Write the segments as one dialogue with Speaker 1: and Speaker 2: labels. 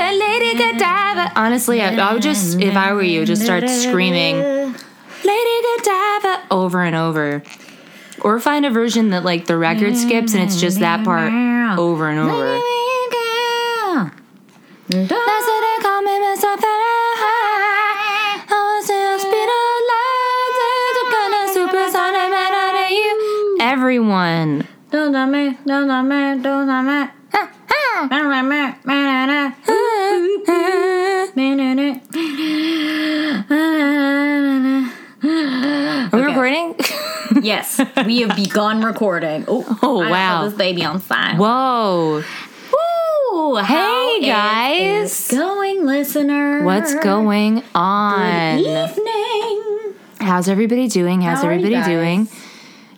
Speaker 1: Lady Godiva. Honestly, I, I would just, if I were you, just start screaming Lady Godiva over and over. Or find a version that like the record skips and it's just that part over and over. That's what they call me, Miss Sophia. I was in a speed of light, they took on a supersonic man out of you. Everyone. Are we recording?
Speaker 2: Yes, we have begun recording. Oh,
Speaker 1: Oh,
Speaker 2: I
Speaker 1: wow.
Speaker 2: have this baby on fire.
Speaker 1: Whoa.
Speaker 2: Woo!
Speaker 1: Hey, guys.
Speaker 2: going, listener?
Speaker 1: What's going
Speaker 2: Good
Speaker 1: on?
Speaker 2: evening.
Speaker 1: How's everybody doing? How's
Speaker 2: How are you
Speaker 1: everybody
Speaker 2: guys?
Speaker 1: doing?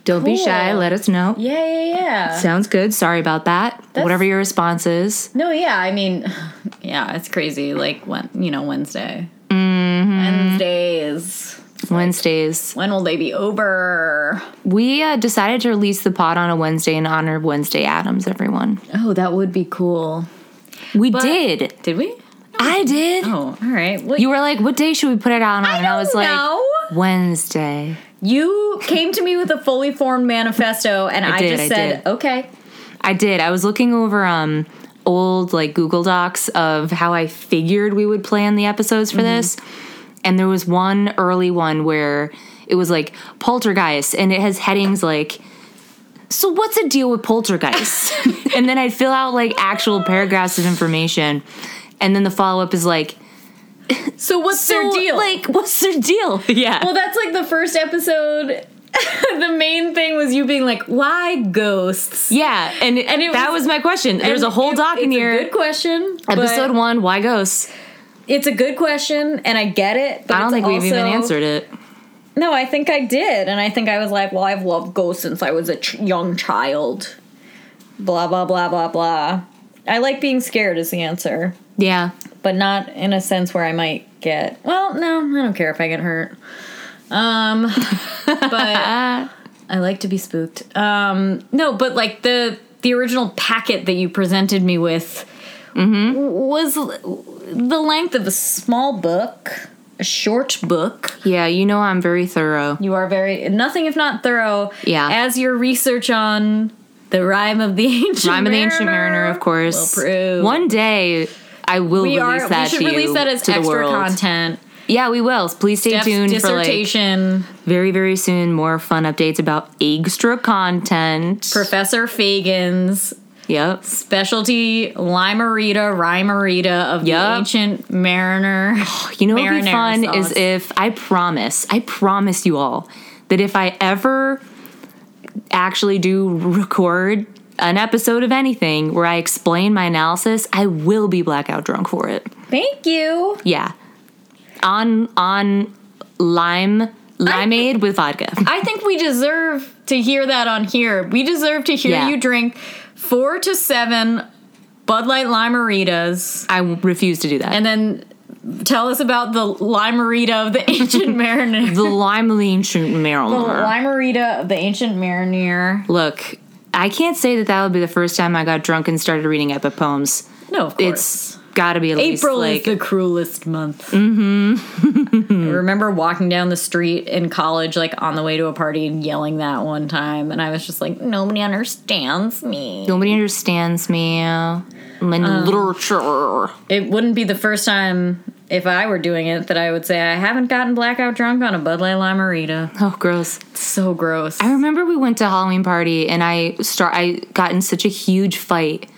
Speaker 1: Don't be shy.
Speaker 2: Cool.
Speaker 1: Let us know.
Speaker 2: Yeah, yeah, yeah.
Speaker 1: Sounds good. Sorry about that.
Speaker 2: That's-
Speaker 1: Whatever your response is.
Speaker 2: No, yeah, I mean, yeah, it's crazy. Like when you know Wednesday,
Speaker 1: Mm-hmm.
Speaker 2: Wednesdays.
Speaker 1: Wednesdays.
Speaker 2: When will they be over?
Speaker 1: We uh, decided to release the pod on a Wednesday in honor of Wednesday Adams, everyone.
Speaker 2: Oh, that would be cool.
Speaker 1: We did.
Speaker 2: Did we?
Speaker 1: I did.
Speaker 2: Oh, all right. Well,
Speaker 1: You were like, what day should we put it out on? and I was like,
Speaker 2: no.
Speaker 1: Wednesday.
Speaker 2: You came to me with a fully formed manifesto, and I,
Speaker 1: did,
Speaker 2: just
Speaker 1: I
Speaker 2: said,
Speaker 1: did.
Speaker 2: "Okay."
Speaker 1: I did. I was looking over um old like Google Docs of how I figured we would plan the episodes for this. And there was one early one where it was like poltergeist and it has headings like so what's the deal with poltergeist? and then I'd fill out like actual paragraphs of information. And then the follow up is like
Speaker 2: So what's
Speaker 1: so,
Speaker 2: their deal?
Speaker 1: Like what's their deal? Yeah.
Speaker 2: well, that's like the first episode. the main thing was you being like, "Why ghosts?"
Speaker 1: yeah, and,
Speaker 2: And it
Speaker 1: that was,
Speaker 2: was-
Speaker 1: my question. There's a
Speaker 2: And
Speaker 1: whole
Speaker 2: it-
Speaker 1: doc in
Speaker 2: it's a
Speaker 1: here.
Speaker 2: good question. but
Speaker 1: Episode one, why ghosts?
Speaker 2: It's a good question, and I get it. But
Speaker 1: I don't
Speaker 2: it's
Speaker 1: think we've even
Speaker 2: also-
Speaker 1: answered it.
Speaker 2: No, I think I did, and I think I was like, "Well, I've loved ghosts since I was a ch- young child." Blah blah blah blah blah. I like being scared is the answer.
Speaker 1: Yeah.
Speaker 2: but not in a sense where I might get. Well, no, I don't care if I get hurt. Um, but I like to be spooked. Um, no, but like the the original packet that you presented me with
Speaker 1: Mm-hmm.
Speaker 2: was l- the length of a small book, a short book.
Speaker 1: Yeah, you know I'm very thorough.
Speaker 2: You are very nothing if not thorough.
Speaker 1: Yeah.
Speaker 2: as your research on. The rhyme of the ancient
Speaker 1: Rhyme of the Ancient Mariner, of course.
Speaker 2: will prove.
Speaker 1: One day I will
Speaker 2: we
Speaker 1: release
Speaker 2: are.
Speaker 1: that
Speaker 2: we should
Speaker 1: to you,
Speaker 2: release that as
Speaker 1: to the
Speaker 2: extra
Speaker 1: world.
Speaker 2: content.
Speaker 1: Yeah, we will. Please stay
Speaker 2: Jeff's
Speaker 1: tuned for like
Speaker 2: dissertation.
Speaker 1: very very soon more fun updates about extra content.
Speaker 2: Professor Fagan's
Speaker 1: Yep.
Speaker 2: specialty limerita rhymerita of the
Speaker 1: Yup.
Speaker 2: ancient mariner.
Speaker 1: You know what would be
Speaker 2: marinara
Speaker 1: fun is
Speaker 2: sauce.
Speaker 1: if I promise, I promise you all that if I ever actually do record an episode of anything where I explain my analysis, I will be blackout drunk for it.
Speaker 2: Thank you.
Speaker 1: Yeah. On on lime limeade with vodka.
Speaker 2: I think we deserve to hear that on here. We deserve to hear
Speaker 1: Yeah.
Speaker 2: you drink four to seven Bud Light limeritas
Speaker 1: I refuse to do that.
Speaker 2: and then tell us about the limerita of the ancient mariner.
Speaker 1: the lime of the ancient mariner.
Speaker 2: limerita of the ancient mariner.
Speaker 1: Look, I can't say that that would be the first time I got drunk and started reading epic poems.
Speaker 2: No, of course.
Speaker 1: It's got to be at least
Speaker 2: April
Speaker 1: like
Speaker 2: is the cruelest month. Mm-hmm. I remember walking down the street in college, like on the way to a party, and yelling that one time, and I was just like, "Nobody understands me."
Speaker 1: nobody understands me. My
Speaker 2: Um.
Speaker 1: literature.
Speaker 2: It wouldn't be the first time if I were doing it that I would say I haven't gotten blackout drunk on a Bud Light Limerita.
Speaker 1: Oh, gross.
Speaker 2: It's so gross.
Speaker 1: I remember we went to a Halloween party and I start I got in such a huge fight.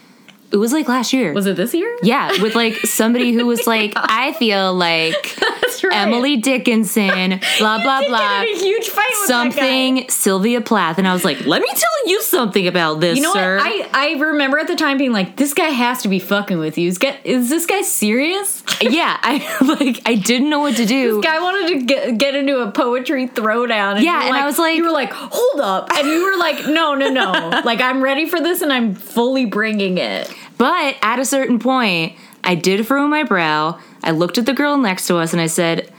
Speaker 1: It was like last year.
Speaker 2: was it this year?
Speaker 1: yeah, with like somebody who was like, I feel like
Speaker 2: That's right.
Speaker 1: Emily Dickinson, blah blah
Speaker 2: Did
Speaker 1: blah.
Speaker 2: get in a huge fight with that guy.
Speaker 1: Something Sylvia Plath, and I was like, "Let me tell you something about this,
Speaker 2: You know
Speaker 1: sir."
Speaker 2: what? I, I remember at the time being like, this guy has to be fucking with you. Is, get, is this guy serious?
Speaker 1: yeah, I like I didn't know what to do.
Speaker 2: This guy wanted to get, get into a poetry throwdown. And
Speaker 1: Yeah,
Speaker 2: you were
Speaker 1: and I was like-
Speaker 2: you were like, hold up, and you were like, no, no, no, like I'm ready for this, and I'm fully bringing it.
Speaker 1: But at a certain point, I did furrow my brow. I looked at the girl next to us, and I said,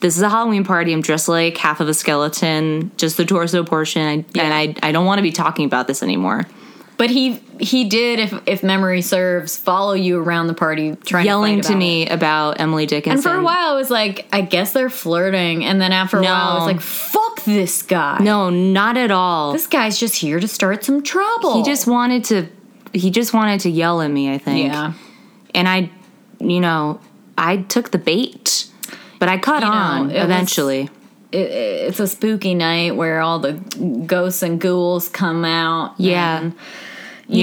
Speaker 1: "This is a Halloween party. I'm dressed like half of a skeleton, just the torso portion, I, and I I don't want to be talking about this anymore."
Speaker 2: But he he did, if if memory serves, follow you around the party trying
Speaker 1: yelling
Speaker 2: to, fight
Speaker 1: to
Speaker 2: about it.
Speaker 1: me about Emily Dickinson.
Speaker 2: And for a while, I was like, I guess they're flirting. And then after a while, I was
Speaker 1: No.
Speaker 2: like, fuck this guy.
Speaker 1: No, not at all.
Speaker 2: This guy's just here to start some trouble.
Speaker 1: he just wanted to. He just wanted to yell at me. I think.
Speaker 2: yeah.
Speaker 1: And I, you know, I took the bait, but I caught
Speaker 2: know,
Speaker 1: on
Speaker 2: it was-
Speaker 1: eventually.
Speaker 2: It, it's a spooky night where all the ghosts and ghouls come out.
Speaker 1: Yeah.
Speaker 2: and, you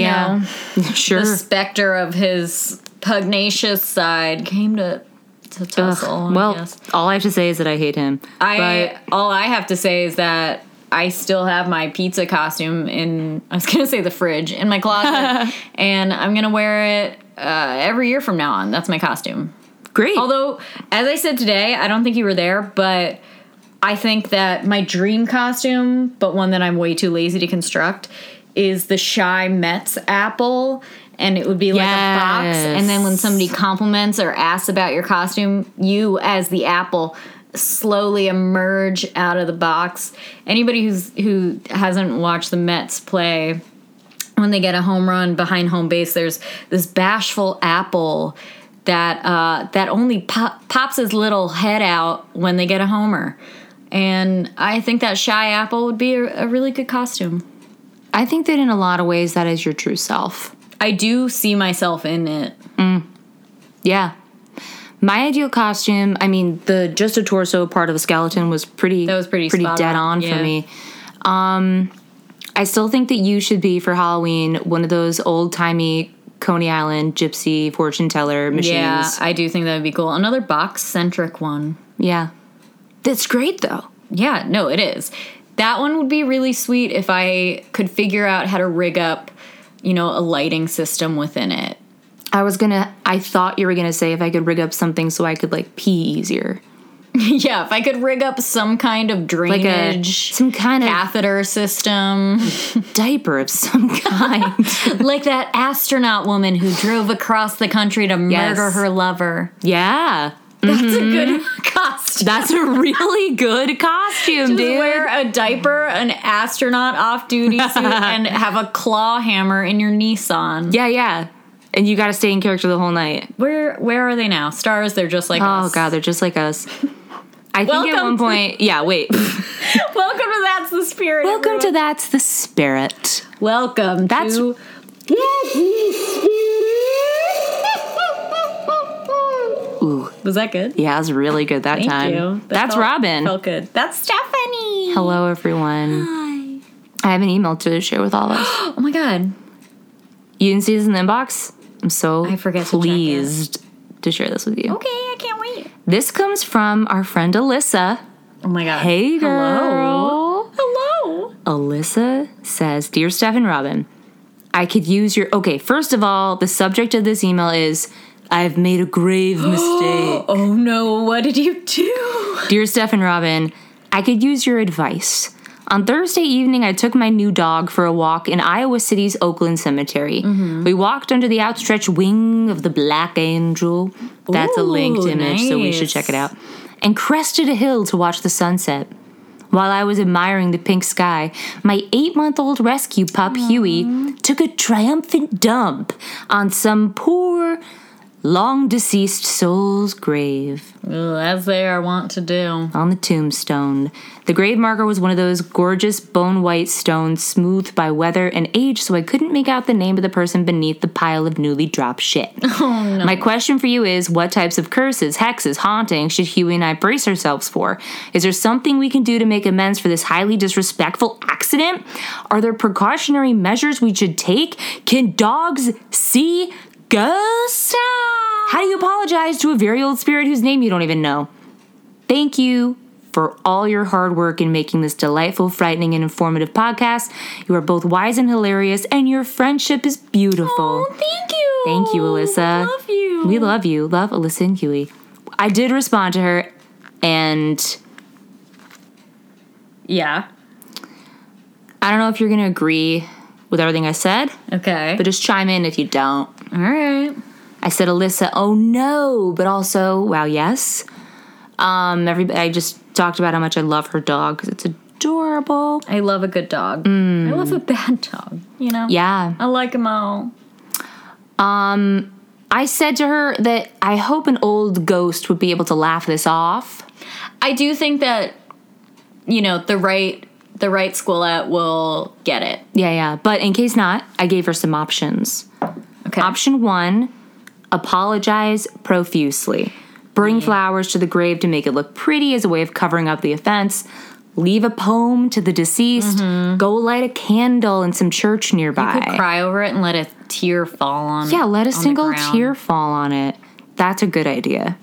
Speaker 1: Yeah.
Speaker 2: know,
Speaker 1: sure.
Speaker 2: the specter of his pugnacious side came to to
Speaker 1: Ugh,
Speaker 2: tussle. I
Speaker 1: well,
Speaker 2: guess.
Speaker 1: all I have to say is that I hate him.
Speaker 2: I all I have to say is that I still have my pizza costume in I was gonna say the fridge in my closet, and I'm gonna wear it uh, every year from now on. That's my costume.
Speaker 1: but great.
Speaker 2: Although, as I said today, I don't think you were there, but I think that my dream costume, but one that I'm way too lazy to construct, is the Shy Mets apple. And it would be like a box. And then when
Speaker 1: Yes.
Speaker 2: somebody compliments or asks about your costume, you, as the apple, slowly emerge out of the box. Anybody who's who hasn't watched the Mets play when they get a home run behind home base, there's this bashful apple that uh, that only pop, pops his little head out when they get a homer. And I think that shy apple would be a, a really good costume.
Speaker 1: I think that in a lot of ways that is your true self.
Speaker 2: I do see myself in it.
Speaker 1: Yeah. My ideal costume, I mean, the just a torso part of a skeleton was pretty
Speaker 2: That was pretty
Speaker 1: pretty
Speaker 2: spot
Speaker 1: dead
Speaker 2: on,
Speaker 1: on,
Speaker 2: yeah.
Speaker 1: for me. Um I still think that you should be for Halloween one of those old-timey Coney Island gypsy fortune teller machines.
Speaker 2: Yeah, I do think that would be cool. Another box centric one.
Speaker 1: Yeah. That's great though.
Speaker 2: Yeah, no, it is. That one would be really sweet if I could figure out how to rig up, you know, a lighting system within it.
Speaker 1: I was going to I thought you were going to say if I could rig up something so I could like pee easier.
Speaker 2: yeah, if I could rig up some kind of
Speaker 1: Like a
Speaker 2: drainage.
Speaker 1: some kind of
Speaker 2: catheter system.
Speaker 1: diaper of some kind.
Speaker 2: like that astronaut woman who drove across the country to
Speaker 1: Yes.
Speaker 2: murder her lover.
Speaker 1: yeah.
Speaker 2: That's a good costume.
Speaker 1: That's a really good costume,
Speaker 2: Just
Speaker 1: dude.
Speaker 2: wear a diaper, an astronaut off duty suit, and have a claw hammer in your Nissan.
Speaker 1: Yeah, yeah. And you got to stay in character the whole night.
Speaker 2: Where where are they now? Stars, they're just like
Speaker 1: Oh
Speaker 2: us.
Speaker 1: god, they're just like us. I think at
Speaker 2: Welcome
Speaker 1: one
Speaker 2: to-
Speaker 1: point, yeah, wait.
Speaker 2: Welcome to That's the Spirit.
Speaker 1: Welcome to
Speaker 2: everyone.
Speaker 1: that's the spirit.
Speaker 2: Welcome
Speaker 1: That's-
Speaker 2: to
Speaker 1: Ooh,
Speaker 2: Was that good?
Speaker 1: yeah, that was really good that
Speaker 2: Thank
Speaker 1: time.
Speaker 2: you. That
Speaker 1: that's
Speaker 2: felt-
Speaker 1: Robin.
Speaker 2: Felt good. That's Stephanie.
Speaker 1: Hello everyone.
Speaker 2: Hi.
Speaker 1: I have an email to share with all of us.
Speaker 2: Oh my god.
Speaker 1: You didn't see this in the inbox? I'm so
Speaker 2: I forget to check it. Oh.
Speaker 1: pleased to share this with you.
Speaker 2: Okay, I can't wait.
Speaker 1: This comes from our friend Alyssa.
Speaker 2: Oh my god.
Speaker 1: Hey girl.
Speaker 2: Hello.
Speaker 1: Alyssa says, Dear Steph and Robin, I could use your. Okay, first of all, the subject of this email is I've made a grave mistake.
Speaker 2: Oh no, what did you do?
Speaker 1: Dear Steph and Robin, I could use your advice. On Thursday evening, I took my new dog for a walk in Iowa City's Oakland Cemetery.
Speaker 2: Mm-hmm.
Speaker 1: We walked under the outstretched wing of the Black Angel. That's a linked
Speaker 2: Ooh,
Speaker 1: image, so we should
Speaker 2: nice.
Speaker 1: check it out. And crested a hill to watch the sunset. While I was admiring the pink sky, my eight month old rescue pup, Huey, took a triumphant dump on some poor, long deceased soul's grave
Speaker 2: as they are wont to do.
Speaker 1: on the tombstone. The grave marker was one of those gorgeous bone white stones smoothed by weather and age, so I couldn't make out the name of the person beneath the pile of newly dropped shit. My question for you is what types of curses, hexes, hauntings should Huey and I brace ourselves for? Is there something we can do to make amends for this highly disrespectful accident? Are there precautionary measures we should take? Can dogs see ghosts? How do you apologize to a very old spirit whose name you don't even know? Thank you for all your hard work in making this delightful, frightening, and informative podcast. You are both wise and hilarious, and your friendship is beautiful.
Speaker 2: Oh, thank you.
Speaker 1: Thank you, Alyssa.
Speaker 2: We love you.
Speaker 1: We love you. Love Alyssa and Huey. I did respond to her, and
Speaker 2: Yeah.
Speaker 1: I don't know if you're going to agree with everything I said,
Speaker 2: Okay.
Speaker 1: but just chime in if you don't.
Speaker 2: all right.
Speaker 1: I said, Alyssa, oh no, but also, wow, yes. Um, everybody, I just talked about how much I love her dog 'cause it's adorable.
Speaker 2: I love a good dog. I love a bad dog, you know?
Speaker 1: Yeah.
Speaker 2: I like them all.
Speaker 1: I said to her that I hope an old ghost would be able to laugh this off.
Speaker 2: I do think that, you know, the right the right schoolette will get it.
Speaker 1: Yeah, yeah. But in case not, I gave her some options.
Speaker 2: Okay.
Speaker 1: Option one apologize profusely. Bring flowers to the grave to make it look pretty as a way of covering up the offense. Leave a poem to the deceased. Go light a candle in some church nearby.
Speaker 2: Mm-hmm. could cry over it and let a tear fall on
Speaker 1: Yeah, let a
Speaker 2: on the
Speaker 1: single
Speaker 2: ground.
Speaker 1: tear fall on it. That's a good idea.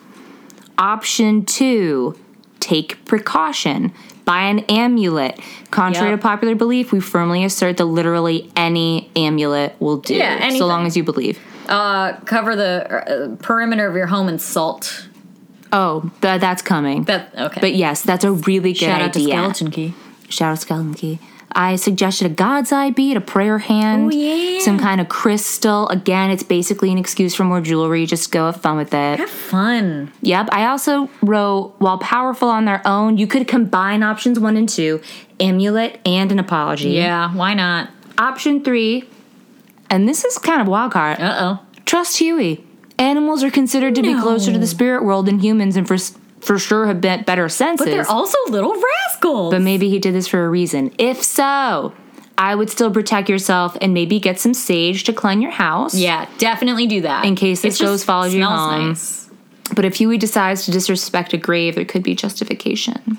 Speaker 1: Option two, take precaution. Buy an amulet. Contrary
Speaker 2: Yep.
Speaker 1: to popular belief, we firmly assert that literally any amulet will do,
Speaker 2: Yeah,
Speaker 1: so
Speaker 2: anything.
Speaker 1: long as you believe.
Speaker 2: Uh, cover the uh, perimeter of your home in salt.
Speaker 1: Oh, th- that's coming.
Speaker 2: That okay.
Speaker 1: but yes, that's a really good
Speaker 2: Shout out to
Speaker 1: idea.
Speaker 2: Skeleton Key.
Speaker 1: Shout out Skeleton Key. I suggested a God's Eye bead, a prayer hand,
Speaker 2: Oh, yeah.
Speaker 1: some kind of crystal. Again, it's basically an excuse for more jewelry. Just go have fun with it.
Speaker 2: Have fun.
Speaker 1: Yep. I also wrote while powerful on their own, you could combine options one and two amulet and an apology.
Speaker 2: Yeah, why not?
Speaker 1: Option three, and this is kind of wild card
Speaker 2: Uh oh.
Speaker 1: trust Huey. Animals are considered to be
Speaker 2: No.
Speaker 1: closer to the spirit world than humans and for, s- for sure have be- better senses.
Speaker 2: But they're also little rascals.
Speaker 1: But maybe he did this for a reason. If so, I would still protect yourself and maybe get some sage to clean your house.
Speaker 2: yeah, definitely do that
Speaker 1: In case
Speaker 2: It
Speaker 1: this ghost
Speaker 2: just
Speaker 1: follows you
Speaker 2: smells
Speaker 1: home.
Speaker 2: Nice.
Speaker 1: But if Huey decides to disrespect a grave, there could be justification.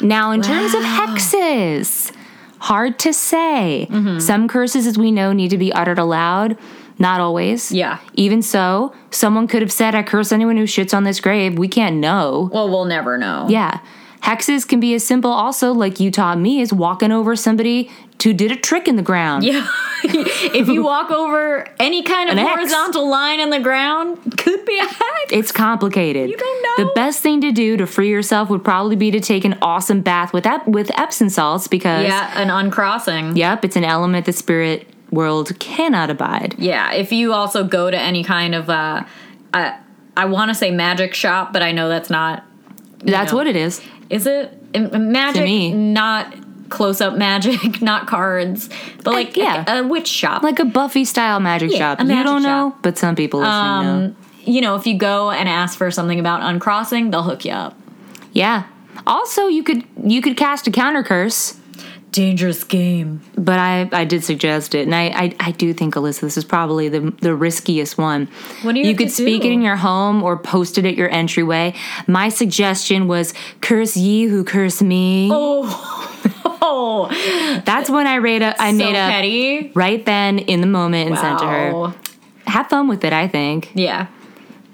Speaker 1: Now, in terms of hexes, hard to say.
Speaker 2: Mm-hmm.
Speaker 1: Some curses, as we know, need to be uttered aloud. Not always.
Speaker 2: Yeah.
Speaker 1: Even so, someone could have said, I curse anyone who shits on this grave. We can't know.
Speaker 2: Well, we'll never know.
Speaker 1: Yeah. Hexes can be as simple, also, like you taught me, as walking over somebody who did a trick in the ground.
Speaker 2: Yeah. if you walk over any kind of
Speaker 1: An X.
Speaker 2: horizontal line in the ground, could be a hack.
Speaker 1: It's complicated. You
Speaker 2: don't know.
Speaker 1: The best thing to do to free yourself would probably be to take an awesome bath with ep- with Epsom salts because
Speaker 2: Yeah, an uncrossing.
Speaker 1: Yep, it's an element the spirit world cannot abide.
Speaker 2: Yeah, if you also go to any kind of uh, I, I want to say magic shop, but I know that's not.
Speaker 1: That's
Speaker 2: know.
Speaker 1: what it is.
Speaker 2: Is it M- m- magic?
Speaker 1: me.
Speaker 2: not close up magic, not cards, but like
Speaker 1: yeah.
Speaker 2: a, a witch shop.
Speaker 1: Like a Buffy style magic
Speaker 2: Yeah,
Speaker 1: shop.
Speaker 2: a
Speaker 1: you
Speaker 2: magic
Speaker 1: don't know,
Speaker 2: shop.
Speaker 1: but some people listening know.
Speaker 2: um, you know, if you go and ask for something about uncrossing, they'll hook you up.
Speaker 1: Yeah. Also, you could you could cast a counter curse,
Speaker 2: Dangerous game.
Speaker 1: but I, I did suggest it, and I, I, I do think Alyssa, this is probably the the riskiest one.
Speaker 2: What do you
Speaker 1: You
Speaker 2: have to
Speaker 1: could speak
Speaker 2: do?
Speaker 1: it in your home or post it at your entryway. My suggestion was curse ye who curse me.
Speaker 2: Oh,
Speaker 1: That's when I rate a, I
Speaker 2: so
Speaker 1: made up
Speaker 2: petty.
Speaker 1: right then in the moment and sent to her.
Speaker 2: Wow.
Speaker 1: Have fun with it, I think.
Speaker 2: Yeah.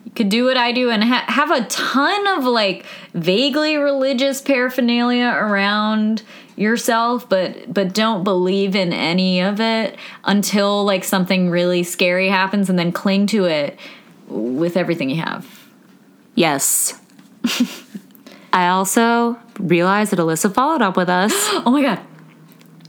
Speaker 2: You could do what I do and ha- have a ton of like vaguely religious paraphernalia around yourself but but don't believe in any of it until like something really scary happens and then cling to it with everything you have.
Speaker 1: Yes. I also realized that Alyssa followed up with us.
Speaker 2: Oh my god.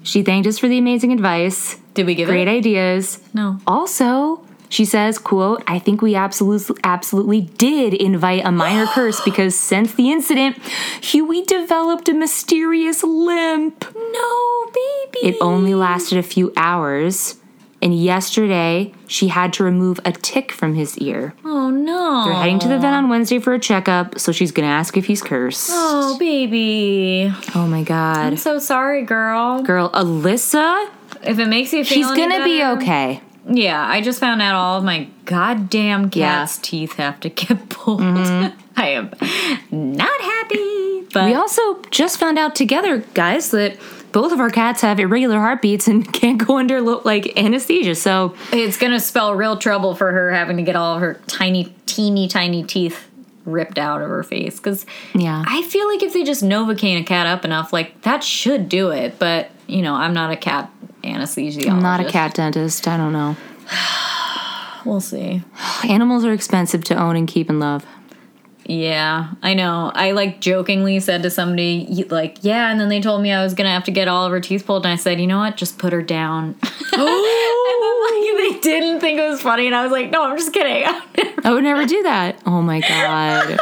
Speaker 1: She thanked us for the amazing advice,
Speaker 2: Did we give
Speaker 1: great
Speaker 2: it?
Speaker 1: ideas.
Speaker 2: No.
Speaker 1: Also, she says, quote, I think we absolutely absolutely did invite a minor curse because since the incident, Huey developed a mysterious limp.
Speaker 2: No, baby.
Speaker 1: It only lasted a few hours, and yesterday she had to remove a tick from his ear.
Speaker 2: Oh no.
Speaker 1: We're heading to the vet on Wednesday for a checkup, so she's gonna ask if he's cursed.
Speaker 2: Oh baby.
Speaker 1: Oh my god.
Speaker 2: I'm so sorry, girl.
Speaker 1: Girl, Alyssa,
Speaker 2: If it makes you feel
Speaker 1: she's
Speaker 2: any
Speaker 1: gonna be
Speaker 2: better-
Speaker 1: okay.
Speaker 2: Yeah, I just found out all of my goddamn cat's
Speaker 1: Yeah. Mm-hmm.
Speaker 2: teeth have to get pulled. I am not happy, but
Speaker 1: We also just found out together, guys, that both of our cats have irregular heartbeats and can't go under lo- like anesthesia. So
Speaker 2: it's gonna spell real trouble for her having to get all of her tiny, teeny, tiny teeth ripped out of her face. Because
Speaker 1: Yeah.
Speaker 2: I feel like if they just novocaine a cat up enough, like that should do it. But you know, I'm not a cat anesthesiologist.
Speaker 1: I'm not a cat dentist. I don't know.
Speaker 2: We'll see.
Speaker 1: Animals are expensive to own and keep and love.
Speaker 2: Yeah, I know. I like jokingly said to somebody, y- like, yeah, and then they told me I was gonna have to get all of her teeth pulled, and I said, you know what, just put her down. and then, like, they didn't think it was funny, and I was like, no, I'm just kidding.
Speaker 1: I would never do that. Oh my god.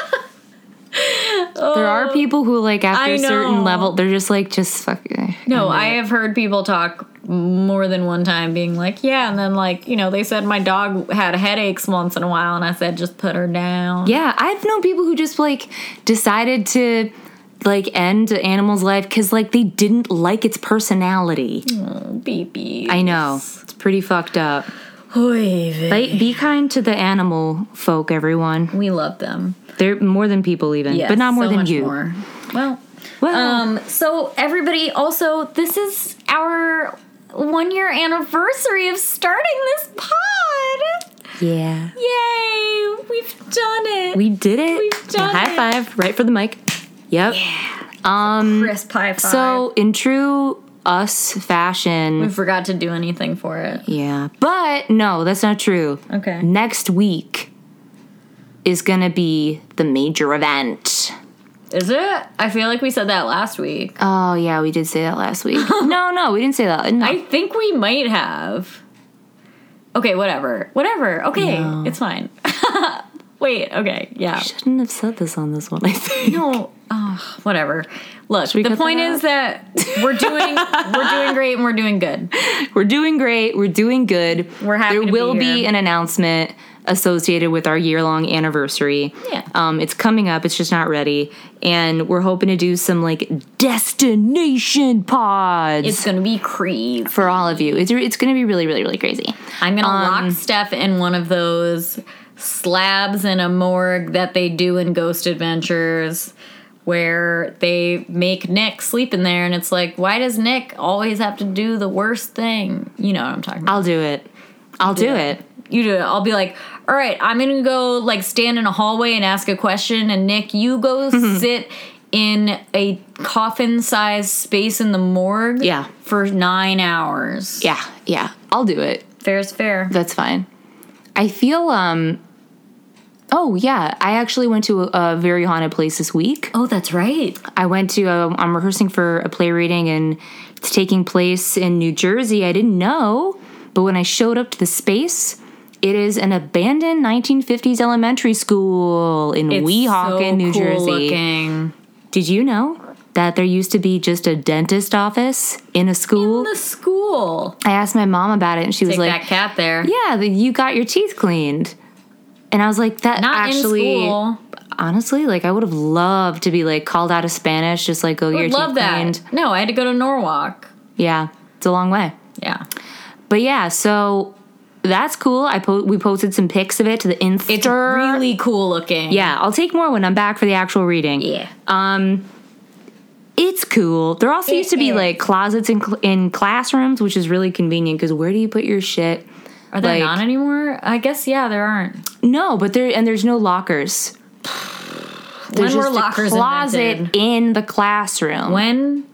Speaker 1: There are people who like after
Speaker 2: I
Speaker 1: a
Speaker 2: know.
Speaker 1: certain level, they're just like just fuck. eh.
Speaker 2: No, I have heard people talk more than one time being like, yeah, and then like, you know, they said my dog had headaches once in a while and I said just put her down.
Speaker 1: Yeah, I've known people who just like decided to like end an animal's life because like they didn't like its personality.
Speaker 2: Baby.
Speaker 1: I know it's pretty fucked up.
Speaker 2: Oy,
Speaker 1: Be, be kind to the animal folk, everyone.
Speaker 2: we love them.
Speaker 1: They're more than people, even,
Speaker 2: Yes,
Speaker 1: but not more
Speaker 2: so
Speaker 1: than
Speaker 2: much
Speaker 1: you.
Speaker 2: more. Well,
Speaker 1: Well,
Speaker 2: um so everybody also this is our 1 year anniversary of starting this pod.
Speaker 1: yeah,
Speaker 2: Yay! We've done it.
Speaker 1: we did it.
Speaker 2: We've done
Speaker 1: High
Speaker 2: it.
Speaker 1: five, right for the mic. Yep. Um.
Speaker 2: crisp high five.
Speaker 1: So in true us fashion,
Speaker 2: we forgot to do anything for it.
Speaker 1: yeah. But no, that's not true.
Speaker 2: Okay.
Speaker 1: Next week is gonna be the major event.
Speaker 2: Is it? I feel like we said that last week.
Speaker 1: Oh yeah, we did say that last week. no, no, we didn't say that. No.
Speaker 2: I think we might have. Okay, whatever. Whatever. Okay,
Speaker 1: No.
Speaker 2: it's fine. Wait, okay, yeah.
Speaker 1: shouldn't have said this on this one. I think.
Speaker 2: No. Ugh, whatever. Look,
Speaker 1: we
Speaker 2: the
Speaker 1: cut that
Speaker 2: point
Speaker 1: out?
Speaker 2: is that we're doing we're doing great and we're doing good.
Speaker 1: We're doing great. We're doing good.
Speaker 2: We're happy
Speaker 1: There
Speaker 2: to be
Speaker 1: will be
Speaker 2: here.
Speaker 1: an announcement associated with our year long anniversary.
Speaker 2: Yeah.
Speaker 1: Um, it's coming up. It's just not ready, and we're hoping to do some like destination pods
Speaker 2: It's gonna be creep.
Speaker 1: for all of you. It's it's going to be really, really, really crazy.
Speaker 2: I'm gonna lock Steph in one of those slabs in a morgue that they do in Ghost Adventures, where they make Nick sleep in there, and it's like, why does Nick always have to do the worst thing? You know what I'm talking about.
Speaker 1: I'll do it. I'll do it.
Speaker 2: you do it. I'll be like, all right, I'm gonna go like stand in a hallway and ask a question, and Nick, you go sit in a coffin-sized space in the morgue,
Speaker 1: Yeah.
Speaker 2: for nine hours.
Speaker 1: Yeah, yeah. I'll do it.
Speaker 2: fair is fair.
Speaker 1: That's fine. I feel um Oh yeah, I actually went to a, a very haunted place this week.
Speaker 2: Oh, that's right.
Speaker 1: I went to um, I'm rehearsing for a play reading and it's taking place in New Jersey. I didn't know, but when I showed up to the space, it is an abandoned 1950s elementary school in Weehawken,
Speaker 2: so
Speaker 1: New
Speaker 2: cool
Speaker 1: Jersey.
Speaker 2: Looking.
Speaker 1: Did you know that there used to be just a dentist office in a school?
Speaker 2: The school.
Speaker 1: I asked my mom about it and she was
Speaker 2: Take
Speaker 1: like,
Speaker 2: that cat there.
Speaker 1: yeah, that you got your teeth cleaned. And I was like, that
Speaker 2: Not in
Speaker 1: actually,
Speaker 2: school.
Speaker 1: honestly, like I would have loved to be like called out of Spanish, just like go get your
Speaker 2: Would love
Speaker 1: teeth
Speaker 2: that.
Speaker 1: cleaned.
Speaker 2: No, I had to go to Norwalk.
Speaker 1: Yeah, it's a long way.
Speaker 2: Yeah.
Speaker 1: But yeah, so that's cool. I po- we posted some pics of it to the Insta.
Speaker 2: It's really cool looking.
Speaker 1: yeah, Uh, I'll take more when I'm back for the actual reading. Um,
Speaker 2: Yeah.
Speaker 1: It's cool. There also used to be
Speaker 2: is.
Speaker 1: like closets in, cl- in classrooms, which is really convenient because where do you put your shit?
Speaker 2: Are there
Speaker 1: like-
Speaker 2: not anymore? I guess yeah, there aren't.
Speaker 1: No, but there and there's no lockers. There's
Speaker 2: were
Speaker 1: just
Speaker 2: lockers
Speaker 1: a closet
Speaker 2: invented?
Speaker 1: in the classroom.
Speaker 2: When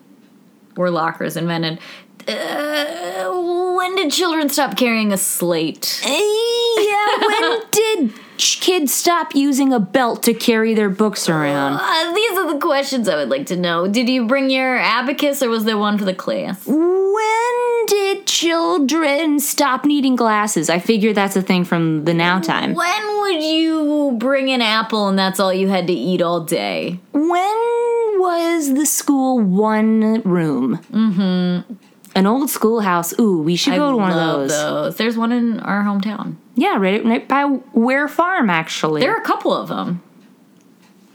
Speaker 2: were lockers invented? Uh, when did children stop carrying a slate?
Speaker 1: yeah, when did ch- kids stop using a belt to carry their books around?
Speaker 2: Uh, these are the questions I would like to know. Did you bring your abacus or was there one for the class?
Speaker 1: When did children stop needing glasses? I figure that's a thing from the now time.
Speaker 2: When would you bring an apple and that's all you had to eat all day?
Speaker 1: When was the school one room? Mm-hmm. An old schoolhouse. Ooh, we should go to one of
Speaker 2: Love
Speaker 1: those.
Speaker 2: There's one in our hometown.
Speaker 1: Yeah, right, right by Ware Farm, actually.
Speaker 2: There are a couple of them.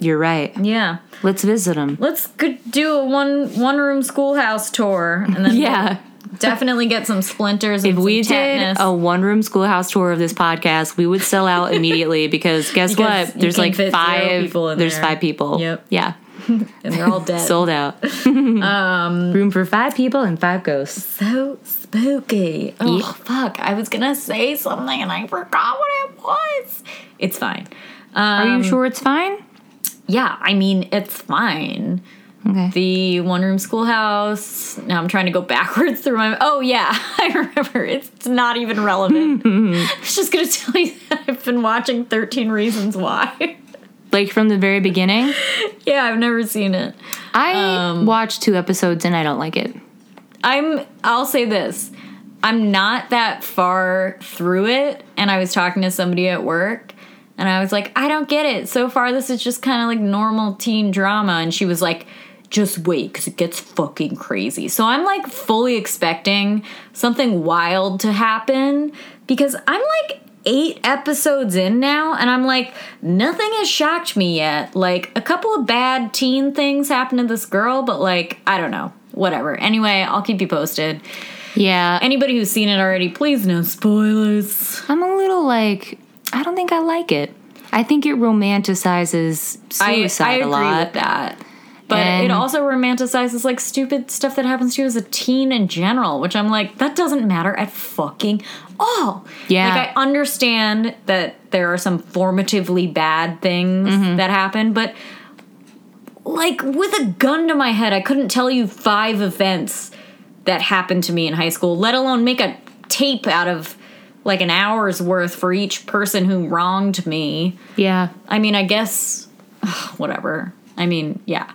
Speaker 1: You're right.
Speaker 2: Yeah.
Speaker 1: Let's visit them.
Speaker 2: Let's could do a one one room schoolhouse tour and then
Speaker 1: Yeah.
Speaker 2: definitely get some splinters and
Speaker 1: If
Speaker 2: some
Speaker 1: we did
Speaker 2: tetanus.
Speaker 1: a one room schoolhouse tour of this podcast, we would sell out immediately because guess
Speaker 2: Because
Speaker 1: what?
Speaker 2: you
Speaker 1: There's
Speaker 2: can
Speaker 1: like
Speaker 2: fit zero
Speaker 1: five
Speaker 2: people in
Speaker 1: There's
Speaker 2: there.
Speaker 1: five people.
Speaker 2: Yep.
Speaker 1: Yeah.
Speaker 2: and they're all dead.
Speaker 1: Sold out.
Speaker 2: Um,
Speaker 1: room for five people and five ghosts.
Speaker 2: so spooky. Oh
Speaker 1: Yeah.
Speaker 2: fuck! I was gonna say something and I forgot what it was. It's fine. Um,
Speaker 1: Are you sure it's fine?
Speaker 2: Yeah, I mean it's fine.
Speaker 1: Okay.
Speaker 2: the one room schoolhouse. Now I'm trying to go backwards through my. Oh, yeah, I remember. It's not even relevant. I was just going to tell you that I've been watching 13 Reasons Why.
Speaker 1: like from the very beginning.
Speaker 2: yeah, I've never seen it.
Speaker 1: I
Speaker 2: Um,
Speaker 1: watched two episodes and I don't like it.
Speaker 2: I'm, I'll say this I'm not that far through it. And I was talking to somebody at work And I was like, I don't get it. So far, this is just kind of like normal teen drama. And she was like, just wait, because it gets fucking crazy. So I'm like fully expecting something wild to happen because I'm like eight episodes in now and I'm like, nothing has shocked me yet. Like, a couple of bad teen things happened to this girl, but like, I don't know. Whatever. Anyway, I'll keep you posted.
Speaker 1: Yeah.
Speaker 2: Anybody who's seen it already, please no spoilers.
Speaker 1: I'm a little like, I don't think I like it. I think it romanticizes
Speaker 2: I,
Speaker 1: suicide
Speaker 2: I
Speaker 1: a
Speaker 2: agree
Speaker 1: lot.
Speaker 2: with that. But it
Speaker 1: And-
Speaker 2: also romanticizes like stupid stuff that happens to you as a teen in general, which I'm like, that doesn't matter at fucking all.
Speaker 1: Yeah.
Speaker 2: Like I understand that there are some formatively bad things
Speaker 1: Mm-hmm.
Speaker 2: that happen, but like with a gun to my head, I couldn't tell you five events that happened to me in high school, let alone make a tape out of like an hour's worth for each person who wronged me.
Speaker 1: Yeah.
Speaker 2: I mean, I guess ugh, whatever. I mean, yeah.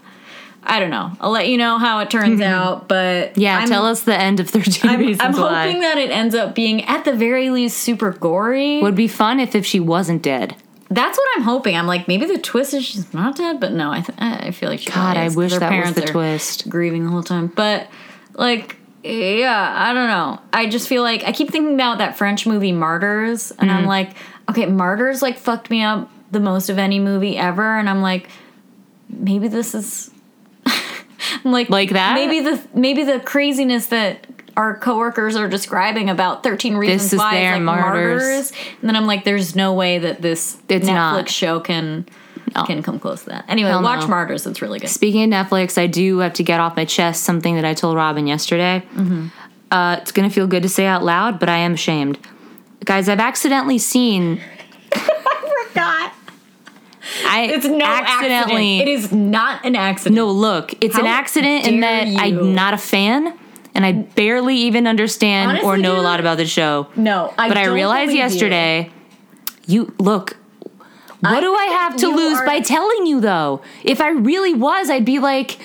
Speaker 2: I don't know. I'll let you know how it turns out, but
Speaker 1: Mm-hmm. Yeah.
Speaker 2: I'm,
Speaker 1: tell us the end of 13
Speaker 2: I'm,
Speaker 1: Reasons
Speaker 2: I'm
Speaker 1: Why.
Speaker 2: hoping that it ends up being at the very least super gory.
Speaker 1: Would be fun if, if she wasn't dead.
Speaker 2: That's what I'm hoping. I'm like maybe the twist is she's not dead, but no, I th- I feel like she
Speaker 1: God,
Speaker 2: probably
Speaker 1: I
Speaker 2: is, 'cause
Speaker 1: wish
Speaker 2: her
Speaker 1: that was
Speaker 2: parents
Speaker 1: the
Speaker 2: are
Speaker 1: twist.
Speaker 2: grieving the whole time. But like, yeah, I don't know. I just feel like I keep thinking about that French movie Martyrs, and
Speaker 1: Mm-hmm.
Speaker 2: I'm like, okay, Martyrs like fucked me up the most of any movie ever, and I'm like, maybe this is. I'm like
Speaker 1: Like that?
Speaker 2: Maybe the maybe the craziness that our coworkers are describing about 13 reasons
Speaker 1: is
Speaker 2: why is
Speaker 1: their
Speaker 2: like
Speaker 1: Martyrs.
Speaker 2: martyrs and then i'm like there's no way that this
Speaker 1: It's
Speaker 2: netflix
Speaker 1: not.
Speaker 2: show can can come close to that anyway
Speaker 1: Hell
Speaker 2: watch
Speaker 1: no.
Speaker 2: martyrs it's really good
Speaker 1: Speaking of Netflix, I do have to get off my chest something that I told Robin yesterday. Uh, it's going to feel good to say out loud, but I am ashamed. Guys, I've accidentally seen.
Speaker 2: forgot
Speaker 1: I
Speaker 2: It's no
Speaker 1: accidentally.
Speaker 2: accident. It is not an accident.
Speaker 1: No, look, it's an
Speaker 2: How
Speaker 1: accident in
Speaker 2: dare
Speaker 1: that
Speaker 2: you.
Speaker 1: I'm not a fan and I barely even understand or
Speaker 2: Honestly,
Speaker 1: know a
Speaker 2: dude,
Speaker 1: lot about the show.
Speaker 2: no. I
Speaker 1: But I
Speaker 2: don't
Speaker 1: realized
Speaker 2: believe you.
Speaker 1: yesterday, you look. What
Speaker 2: I
Speaker 1: do I
Speaker 2: think
Speaker 1: have to
Speaker 2: you
Speaker 1: lose
Speaker 2: are-
Speaker 1: by telling you though? If I really was, I'd be like,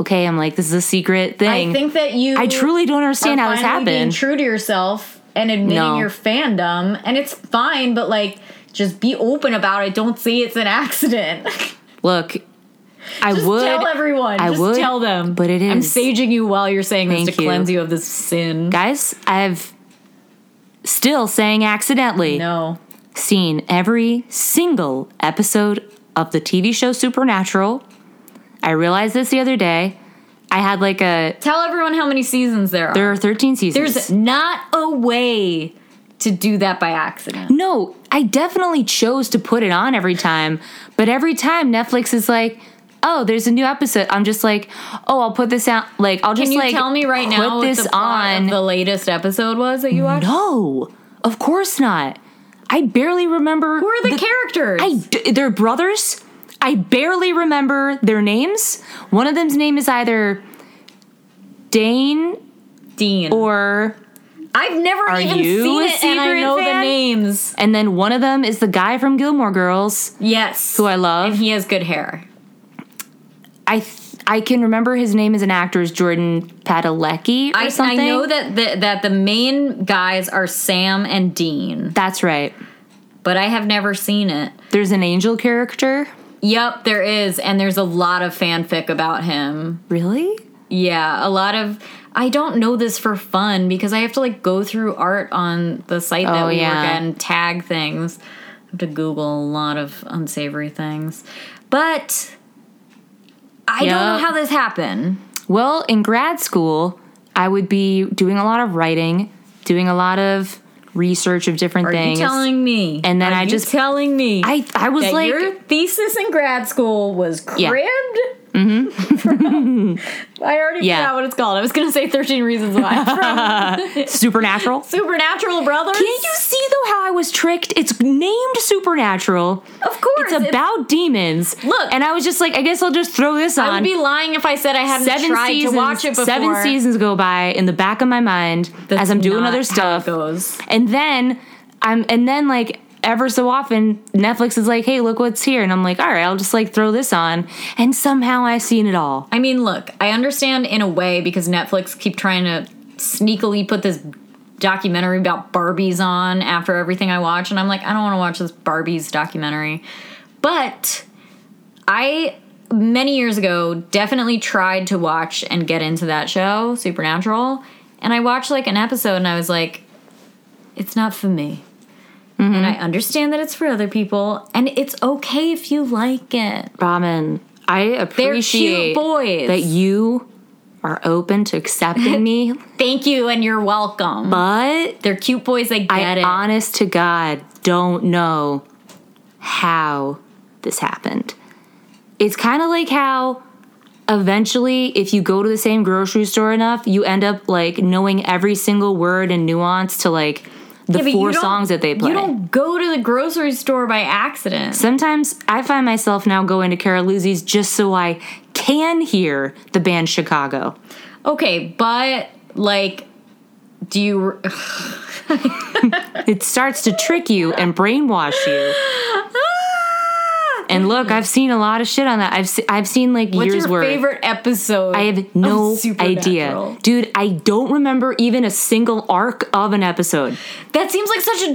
Speaker 1: okay, I'm like, this is a secret thing.
Speaker 2: I think that you.
Speaker 1: I truly don't understand
Speaker 2: are
Speaker 1: how this
Speaker 2: finally Being
Speaker 1: happened.
Speaker 2: true to yourself and admitting
Speaker 1: No.
Speaker 2: your fandom, and it's fine, but like, just be open about it. Don't say it's an accident.
Speaker 1: Look, I
Speaker 2: just
Speaker 1: would
Speaker 2: tell everyone.
Speaker 1: I
Speaker 2: just
Speaker 1: would,
Speaker 2: tell them.
Speaker 1: but it
Speaker 2: I'm
Speaker 1: is-
Speaker 2: saging you while you're saying this
Speaker 1: Thank
Speaker 2: to
Speaker 1: you.
Speaker 2: cleanse you of this sin.
Speaker 1: guys, I've still saying accidentally
Speaker 2: No.
Speaker 1: seen every single episode of the TV show Supernatural. I realized this the other day. I had like a
Speaker 2: Tell everyone how many seasons there are.
Speaker 1: there are 13 seasons.
Speaker 2: There's not a way to do that by accident.
Speaker 1: No, I definitely chose to put it on every time, but every time Netflix is like, "Oh, there's a new episode." I'm just like, "Oh, I'll put this out." Like, I'll just
Speaker 2: Can you
Speaker 1: like
Speaker 2: tell me right
Speaker 1: put
Speaker 2: now what
Speaker 1: this
Speaker 2: the plot
Speaker 1: on.
Speaker 2: of the latest episode was that you watched?
Speaker 1: no, of course not. I barely remember
Speaker 2: Who are the, characters?
Speaker 1: I d- they're brothers. I barely remember their names. One of them's name is either Dane
Speaker 2: Dean.
Speaker 1: or
Speaker 2: I've never
Speaker 1: Are
Speaker 2: even
Speaker 1: you
Speaker 2: seen
Speaker 1: a
Speaker 2: it, and I
Speaker 1: Secret
Speaker 2: know
Speaker 1: fan?
Speaker 2: the names.
Speaker 1: and then one of them is the guy from Gilmore Girls
Speaker 2: Yes,
Speaker 1: who I love.
Speaker 2: he has good hair.
Speaker 1: I th- I can remember his name as an actor is Jordan Padalecki or
Speaker 2: I, I
Speaker 1: something.
Speaker 2: know that the, that the main guys are Sam and Dean,
Speaker 1: That's right.
Speaker 2: but I have never seen it.
Speaker 1: There's an angel character.
Speaker 2: Yep, there is, and there's a lot of fanfic about him.
Speaker 1: Really?
Speaker 2: Yeah, a lot of I don't know this for fun because I have to like go through art on the site that
Speaker 1: Oh,
Speaker 2: we
Speaker 1: yeah.
Speaker 2: work at and tag things. I have to Google a lot of unsavory things. But I don't know
Speaker 1: Yep.
Speaker 2: how this happened.
Speaker 1: Well, in grad school, I would be doing a lot of writing, doing a lot of research of different
Speaker 2: Are
Speaker 1: things.
Speaker 2: you telling me?
Speaker 1: And then
Speaker 2: Are
Speaker 1: I
Speaker 2: you
Speaker 1: just-
Speaker 2: telling me
Speaker 1: I I was
Speaker 2: that
Speaker 1: like
Speaker 2: your thesis in grad school was cribbed.
Speaker 1: Yeah. Mm-hmm.
Speaker 2: From, I already
Speaker 1: Yeah.
Speaker 2: forgot what it's called. I was gonna say Thirteen Reasons Why from
Speaker 1: supernatural.
Speaker 2: Supernatural Brothers.
Speaker 1: Can't you see though how I was tricked? It's named Supernatural.
Speaker 2: Of course,
Speaker 1: It's about demons.
Speaker 2: Look.
Speaker 1: and I was just like, I guess I'll just throw this on.
Speaker 2: I would be lying if I said I hadn't tried to watch it before.
Speaker 1: Seven seasons go by in the back of my mind
Speaker 2: That's
Speaker 1: as I'm doing
Speaker 2: not
Speaker 1: other
Speaker 2: how
Speaker 1: stuff,
Speaker 2: it goes.
Speaker 1: and then I'm and then like ever so often Netflix is like, "Hey, look what's here," and I'm like, "All right, I'll just like throw this on," and somehow I've seen it all.
Speaker 2: I mean, look, I understand in a way because Netflix keep trying to sneakily put this documentary about Barbies on after everything I watch, and I'm like, I don't want to watch this Barbies documentary. But I many years ago definitely tried to watch and get into that show, Supernatural, and I watched like an episode and I was like, it's not for me.
Speaker 1: Mm-hmm.
Speaker 2: And I understand that it's for other people, and it's okay if you like it.
Speaker 1: Robin, I
Speaker 2: cute
Speaker 1: appreciate
Speaker 2: boys.
Speaker 1: that you are open to accepting me,
Speaker 2: Thank you, and you're welcome.
Speaker 1: but
Speaker 2: They're cute boys. I get
Speaker 1: I
Speaker 2: it.
Speaker 1: honest to God don't know how this happened. It's kind of like how eventually, if you go to the same grocery store enough, you end up like knowing every single word and nuance to like the
Speaker 2: Yeah, but
Speaker 1: four
Speaker 2: you don't-
Speaker 1: songs that they play.
Speaker 2: You don't go to the grocery store by accident.
Speaker 1: Sometimes I find myself now going to Caroluzzi's just so I can hear the band Chicago.
Speaker 2: Okay, but like, do you?
Speaker 1: It starts to trick you and brainwash you. And look, I've seen a lot of shit on that. I've se- I've seen like
Speaker 2: What's
Speaker 1: years
Speaker 2: your
Speaker 1: worth.
Speaker 2: favorite episode?
Speaker 1: I have no
Speaker 2: of Oh, Supernatural?
Speaker 1: idea. Dude, I don't remember even a single arc of an episode.
Speaker 2: That seems like such a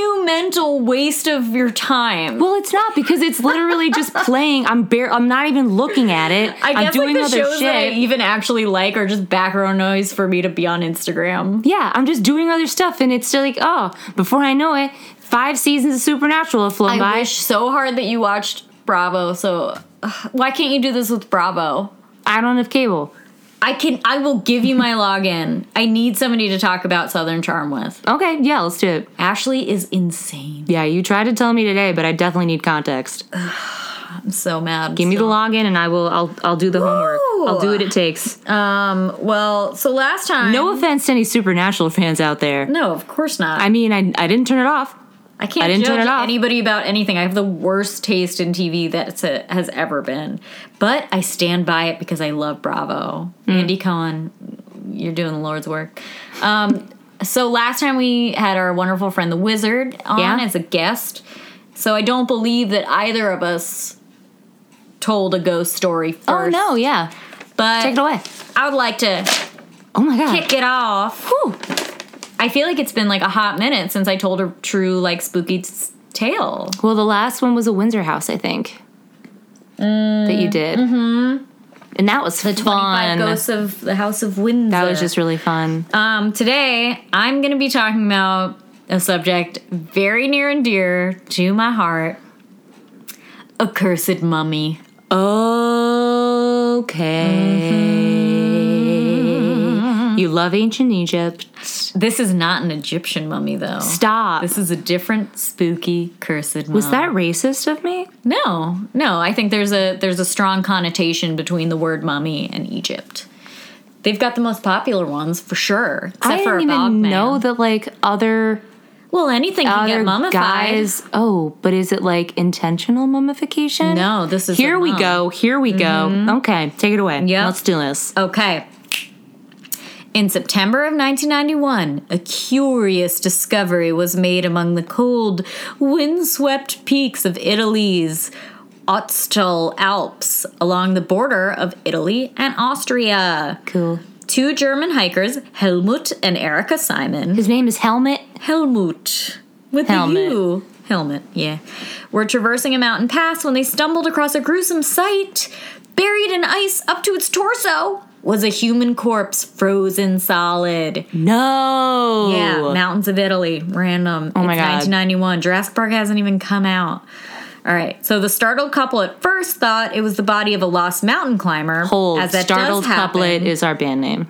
Speaker 2: monumental waste of your time.
Speaker 1: Well, it's not because it's literally just playing. I'm bare I'm not even looking at it.
Speaker 2: I
Speaker 1: am
Speaker 2: guess
Speaker 1: doing
Speaker 2: like
Speaker 1: other
Speaker 2: the shows
Speaker 1: shit.
Speaker 2: that I even actually like are just background noise for me to be on Instagram.
Speaker 1: yeah, I'm just doing other stuff and it's still like, oh, before I know it, five seasons of Supernatural have flown
Speaker 2: I
Speaker 1: by.
Speaker 2: wish so hard that you watched Bravo. So ugh, why can't you do this with Bravo?
Speaker 1: I don't have cable.
Speaker 2: I can. I will give you my login. I need somebody to talk about Southern Charm with.
Speaker 1: Okay, yeah, let's do it.
Speaker 2: Ashley is insane.
Speaker 1: Yeah, you tried to tell me today, but I definitely need context.
Speaker 2: I'm so mad.
Speaker 1: Give me the login and I will I'll I'll do the homework. I'll do what it takes.
Speaker 2: Um. Well. So last time.
Speaker 1: No offense to any supernatural fans out there.
Speaker 2: No. Of course not.
Speaker 1: I mean I I didn't turn it off.
Speaker 2: I can't
Speaker 1: I didn't
Speaker 2: judge
Speaker 1: turn it off.
Speaker 2: anybody about anything. I have the worst taste in TV that uh, has ever been, but I stand by it because I love Bravo.
Speaker 1: Hmm.
Speaker 2: Andy Cohen, you're doing the Lord's work. Um, so last time we had our wonderful friend the Wizard on
Speaker 1: Yeah.
Speaker 2: as a guest. So I don't believe that either of us told a ghost story first.
Speaker 1: Oh no, yeah.
Speaker 2: But
Speaker 1: Take it away.
Speaker 2: I would like to
Speaker 1: Oh my god.
Speaker 2: kick it off.
Speaker 1: Whew.
Speaker 2: I feel like it's been like a hot minute since I told a true like spooky t- tale.
Speaker 1: Well, the last one was a Windsor house, I think. that
Speaker 2: Mm,
Speaker 1: you did. Mm-hmm. And that was fun.
Speaker 2: Five Ghosts of the House of Windsor.
Speaker 1: that was just really fun.
Speaker 2: Um, today, I'm going to be talking about a subject very near and dear to my heart a cursed mummy.
Speaker 1: Okay.
Speaker 2: mm-hmm.
Speaker 1: You love ancient Egypt.
Speaker 2: This is not an Egyptian mummy, though.
Speaker 1: Stop.
Speaker 2: This is a different spooky cursed mummy.
Speaker 1: was that racist of me?
Speaker 2: No, no. I think there's a there's a strong connotation between the word mummy and Egypt. They've got the most popular ones for sure. Except
Speaker 1: I
Speaker 2: for
Speaker 1: didn't
Speaker 2: a
Speaker 1: even
Speaker 2: Bogman.
Speaker 1: know that like other
Speaker 2: Well, anything can
Speaker 1: other
Speaker 2: get mummified.
Speaker 1: guys. Oh, but is it like intentional mummification?
Speaker 2: No, this is a
Speaker 1: Here we
Speaker 2: mum. Mm-hmm.
Speaker 1: go. Here we go. Okay, take it away.
Speaker 2: Yep.
Speaker 1: Let's do this.
Speaker 2: Okay. In September of 1991, a curious discovery was made among the cold, windswept peaks of Italy's Otstal Alps along the border of Italy and Austria.
Speaker 1: Cool.
Speaker 2: Two German hikers, Helmut and Erika Simon,
Speaker 1: His name is Helmet.
Speaker 2: Helmut with
Speaker 1: Helmet.
Speaker 2: a U. Helmet, yeah. Were traversing a mountain pass when they stumbled across a gruesome sight. Buried in ice up to its torso was a human corpse frozen solid.
Speaker 1: No.
Speaker 2: Yeah, mountains of Italy. Random. Oh
Speaker 1: my God.
Speaker 2: 1991. Jurassic Park hasn't even come out. All right. So the startled couple at first thought it was the body of a lost mountain climber.
Speaker 1: Hold.
Speaker 2: as that
Speaker 1: Startled
Speaker 2: does happen.
Speaker 1: couplet is our band name.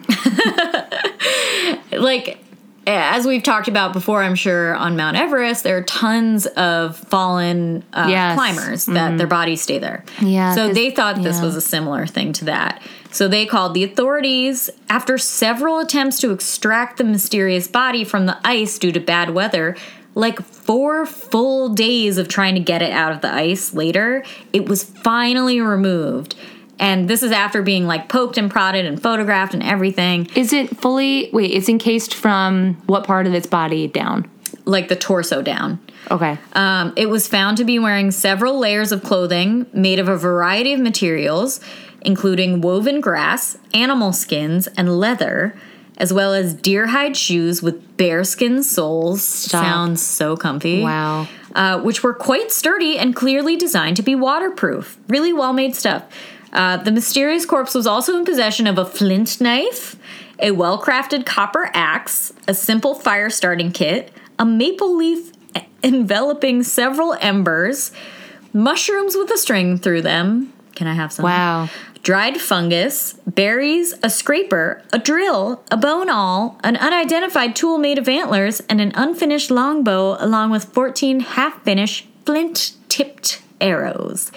Speaker 2: like eh, as we've talked about before, I'm sure on Mount Everest, there are tons of fallen uh,
Speaker 1: Yes. Mm-hmm.
Speaker 2: climbers that their bodies stay there.
Speaker 1: Yeah,
Speaker 2: So
Speaker 1: 'cause-
Speaker 2: they thought this
Speaker 1: yeah.
Speaker 2: was a similar thing to that. So they called the authorities. After several attempts to extract the mysterious body from the ice due to bad weather, like four full days of trying to get it out of the ice later, it was finally removed. And this is after being like poked and prodded and photographed and everything.
Speaker 1: Is it fully? Wait, it's encased from what part of its body down?
Speaker 2: like the torso down.
Speaker 1: Okay.
Speaker 2: Um, it was found to be wearing several layers of clothing made of a variety of materials, including woven grass, animal skins, and leather. as well as deer hide shoes with bearskin soles. Sounds so comfy.
Speaker 1: Wow.
Speaker 2: Uh, which were quite sturdy and clearly designed to be waterproof. Really well made stuff. Uh, the mysterious corpse was also in possession of a flint knife, a well crafted copper axe, a simple fire starting kit, a maple leaf enveloping several embers, mushrooms with a string through them. Can I have some?
Speaker 1: Wow.
Speaker 2: dried fungus, berries, a scraper, a drill, a bone awl, an unidentified tool made of antlers, and an unfinished longbow, along with 14 half finished flint tipped arrows.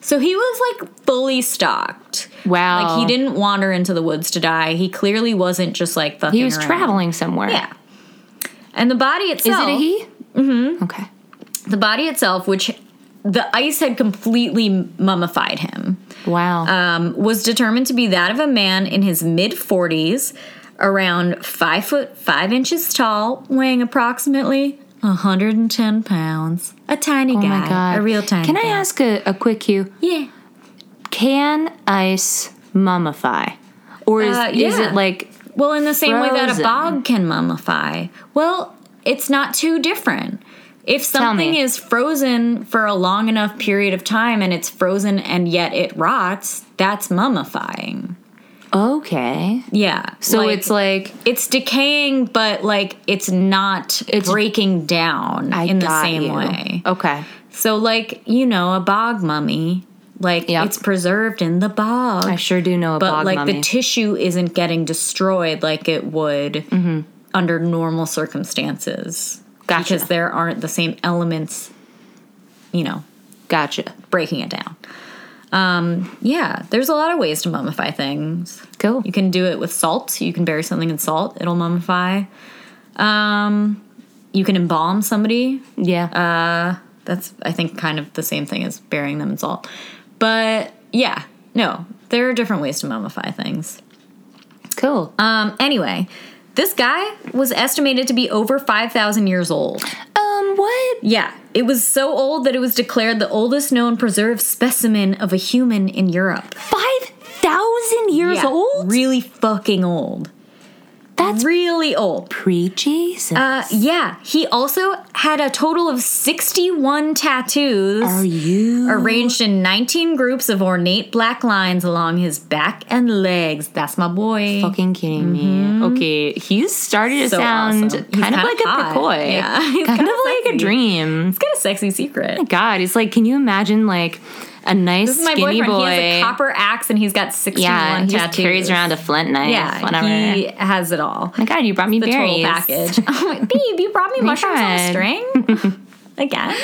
Speaker 2: So he was like fully stocked.
Speaker 1: Wow.
Speaker 2: Like he didn't wander into the woods to die. He clearly wasn't just like fucking.
Speaker 1: He was
Speaker 2: around.
Speaker 1: traveling somewhere.
Speaker 2: Yeah. And the body
Speaker 1: Is
Speaker 2: itself
Speaker 1: it a he? Mm-hmm. Okay.
Speaker 2: the body itself, which the ice had completely mummified him.
Speaker 1: Wow.
Speaker 2: um, was determined to be that of a man in his mid 40s, around 5 foot 5 inches tall, weighing approximately 110 pounds. A tiny
Speaker 1: oh
Speaker 2: guy.
Speaker 1: my god.
Speaker 2: A real tiny
Speaker 1: Can
Speaker 2: guy.
Speaker 1: I ask a, a quick cue?
Speaker 2: Yeah.
Speaker 1: Can ice mummify? Or is,
Speaker 2: Uh,
Speaker 1: is
Speaker 2: yeah.
Speaker 1: it like
Speaker 2: Well, in the same way that a
Speaker 1: Frozen.
Speaker 2: bog can mummify, well, it's not too different. If something
Speaker 1: me.
Speaker 2: is frozen for a long enough period of time and it's frozen and yet it rots, that's mummifying.
Speaker 1: okay.
Speaker 2: Yeah.
Speaker 1: So it's like
Speaker 2: it's decaying, but like it's not
Speaker 1: It's-
Speaker 2: breaking down
Speaker 1: I
Speaker 2: in the
Speaker 1: got
Speaker 2: same
Speaker 1: you.
Speaker 2: way.
Speaker 1: Okay.
Speaker 2: So like you know, a bog mummy, like
Speaker 1: Yep.
Speaker 2: it's preserved in the bog,
Speaker 1: I sure do know a
Speaker 2: but
Speaker 1: bog
Speaker 2: like
Speaker 1: mummy.
Speaker 2: the tissue isn't getting destroyed like it would under normal circumstances.
Speaker 1: Mm-hmm. Gotcha.
Speaker 2: Because there aren't the same elements, you know,
Speaker 1: gotcha.
Speaker 2: breaking it down. Um, yeah, there's a lot of ways to mummify things.
Speaker 1: Cool.
Speaker 2: You can do it with salt. You can bury something in salt, it'll mummify. Um, you can embalm somebody. Uh,
Speaker 1: Yeah.
Speaker 2: That's, I think, kind of the same thing as burying them in salt. But yeah, no, there are different ways to mummify things.
Speaker 1: cool.
Speaker 2: Um, anyway, this guy was estimated to be over 5,000 years old.
Speaker 1: um what?
Speaker 2: Yeah, it was so old that it was declared the oldest known preserved specimen of a human in Europe.
Speaker 1: 5,000 years
Speaker 2: Yeah,
Speaker 1: old?
Speaker 2: Really fucking old.
Speaker 1: That's
Speaker 2: Really old.
Speaker 1: pre-Jesus.
Speaker 2: Uh, yeah, he also had a total of 61 tattoos
Speaker 1: Are you
Speaker 2: arranged in 19 groups of ornate black lines along his back and legs. That's my boy.
Speaker 1: fucking kidding me? Okay, he's started to
Speaker 2: Mm-hmm. So
Speaker 1: sound
Speaker 2: awesome. He's
Speaker 1: kind of
Speaker 2: kinda
Speaker 1: like a
Speaker 2: hot.
Speaker 1: Picoy.
Speaker 2: Yeah, he's
Speaker 1: kind
Speaker 2: kinda
Speaker 1: of like a
Speaker 2: sexy.
Speaker 1: dream.
Speaker 2: It's got a sexy secret.
Speaker 1: God, it's like, can you imagine like a nice
Speaker 2: This is my
Speaker 1: skinny
Speaker 2: boyfriend.
Speaker 1: boy?
Speaker 2: He has a copper axe and he's got 61
Speaker 1: yeah, he
Speaker 2: tattoos.
Speaker 1: just carries around a flint knife.
Speaker 2: Yeah,
Speaker 1: whatever.
Speaker 2: he has it all.
Speaker 1: my God, you brought me
Speaker 2: the
Speaker 1: berries.
Speaker 2: total package. Oh, my- babe, you brought me mushrooms on a
Speaker 1: God.
Speaker 2: string? Again.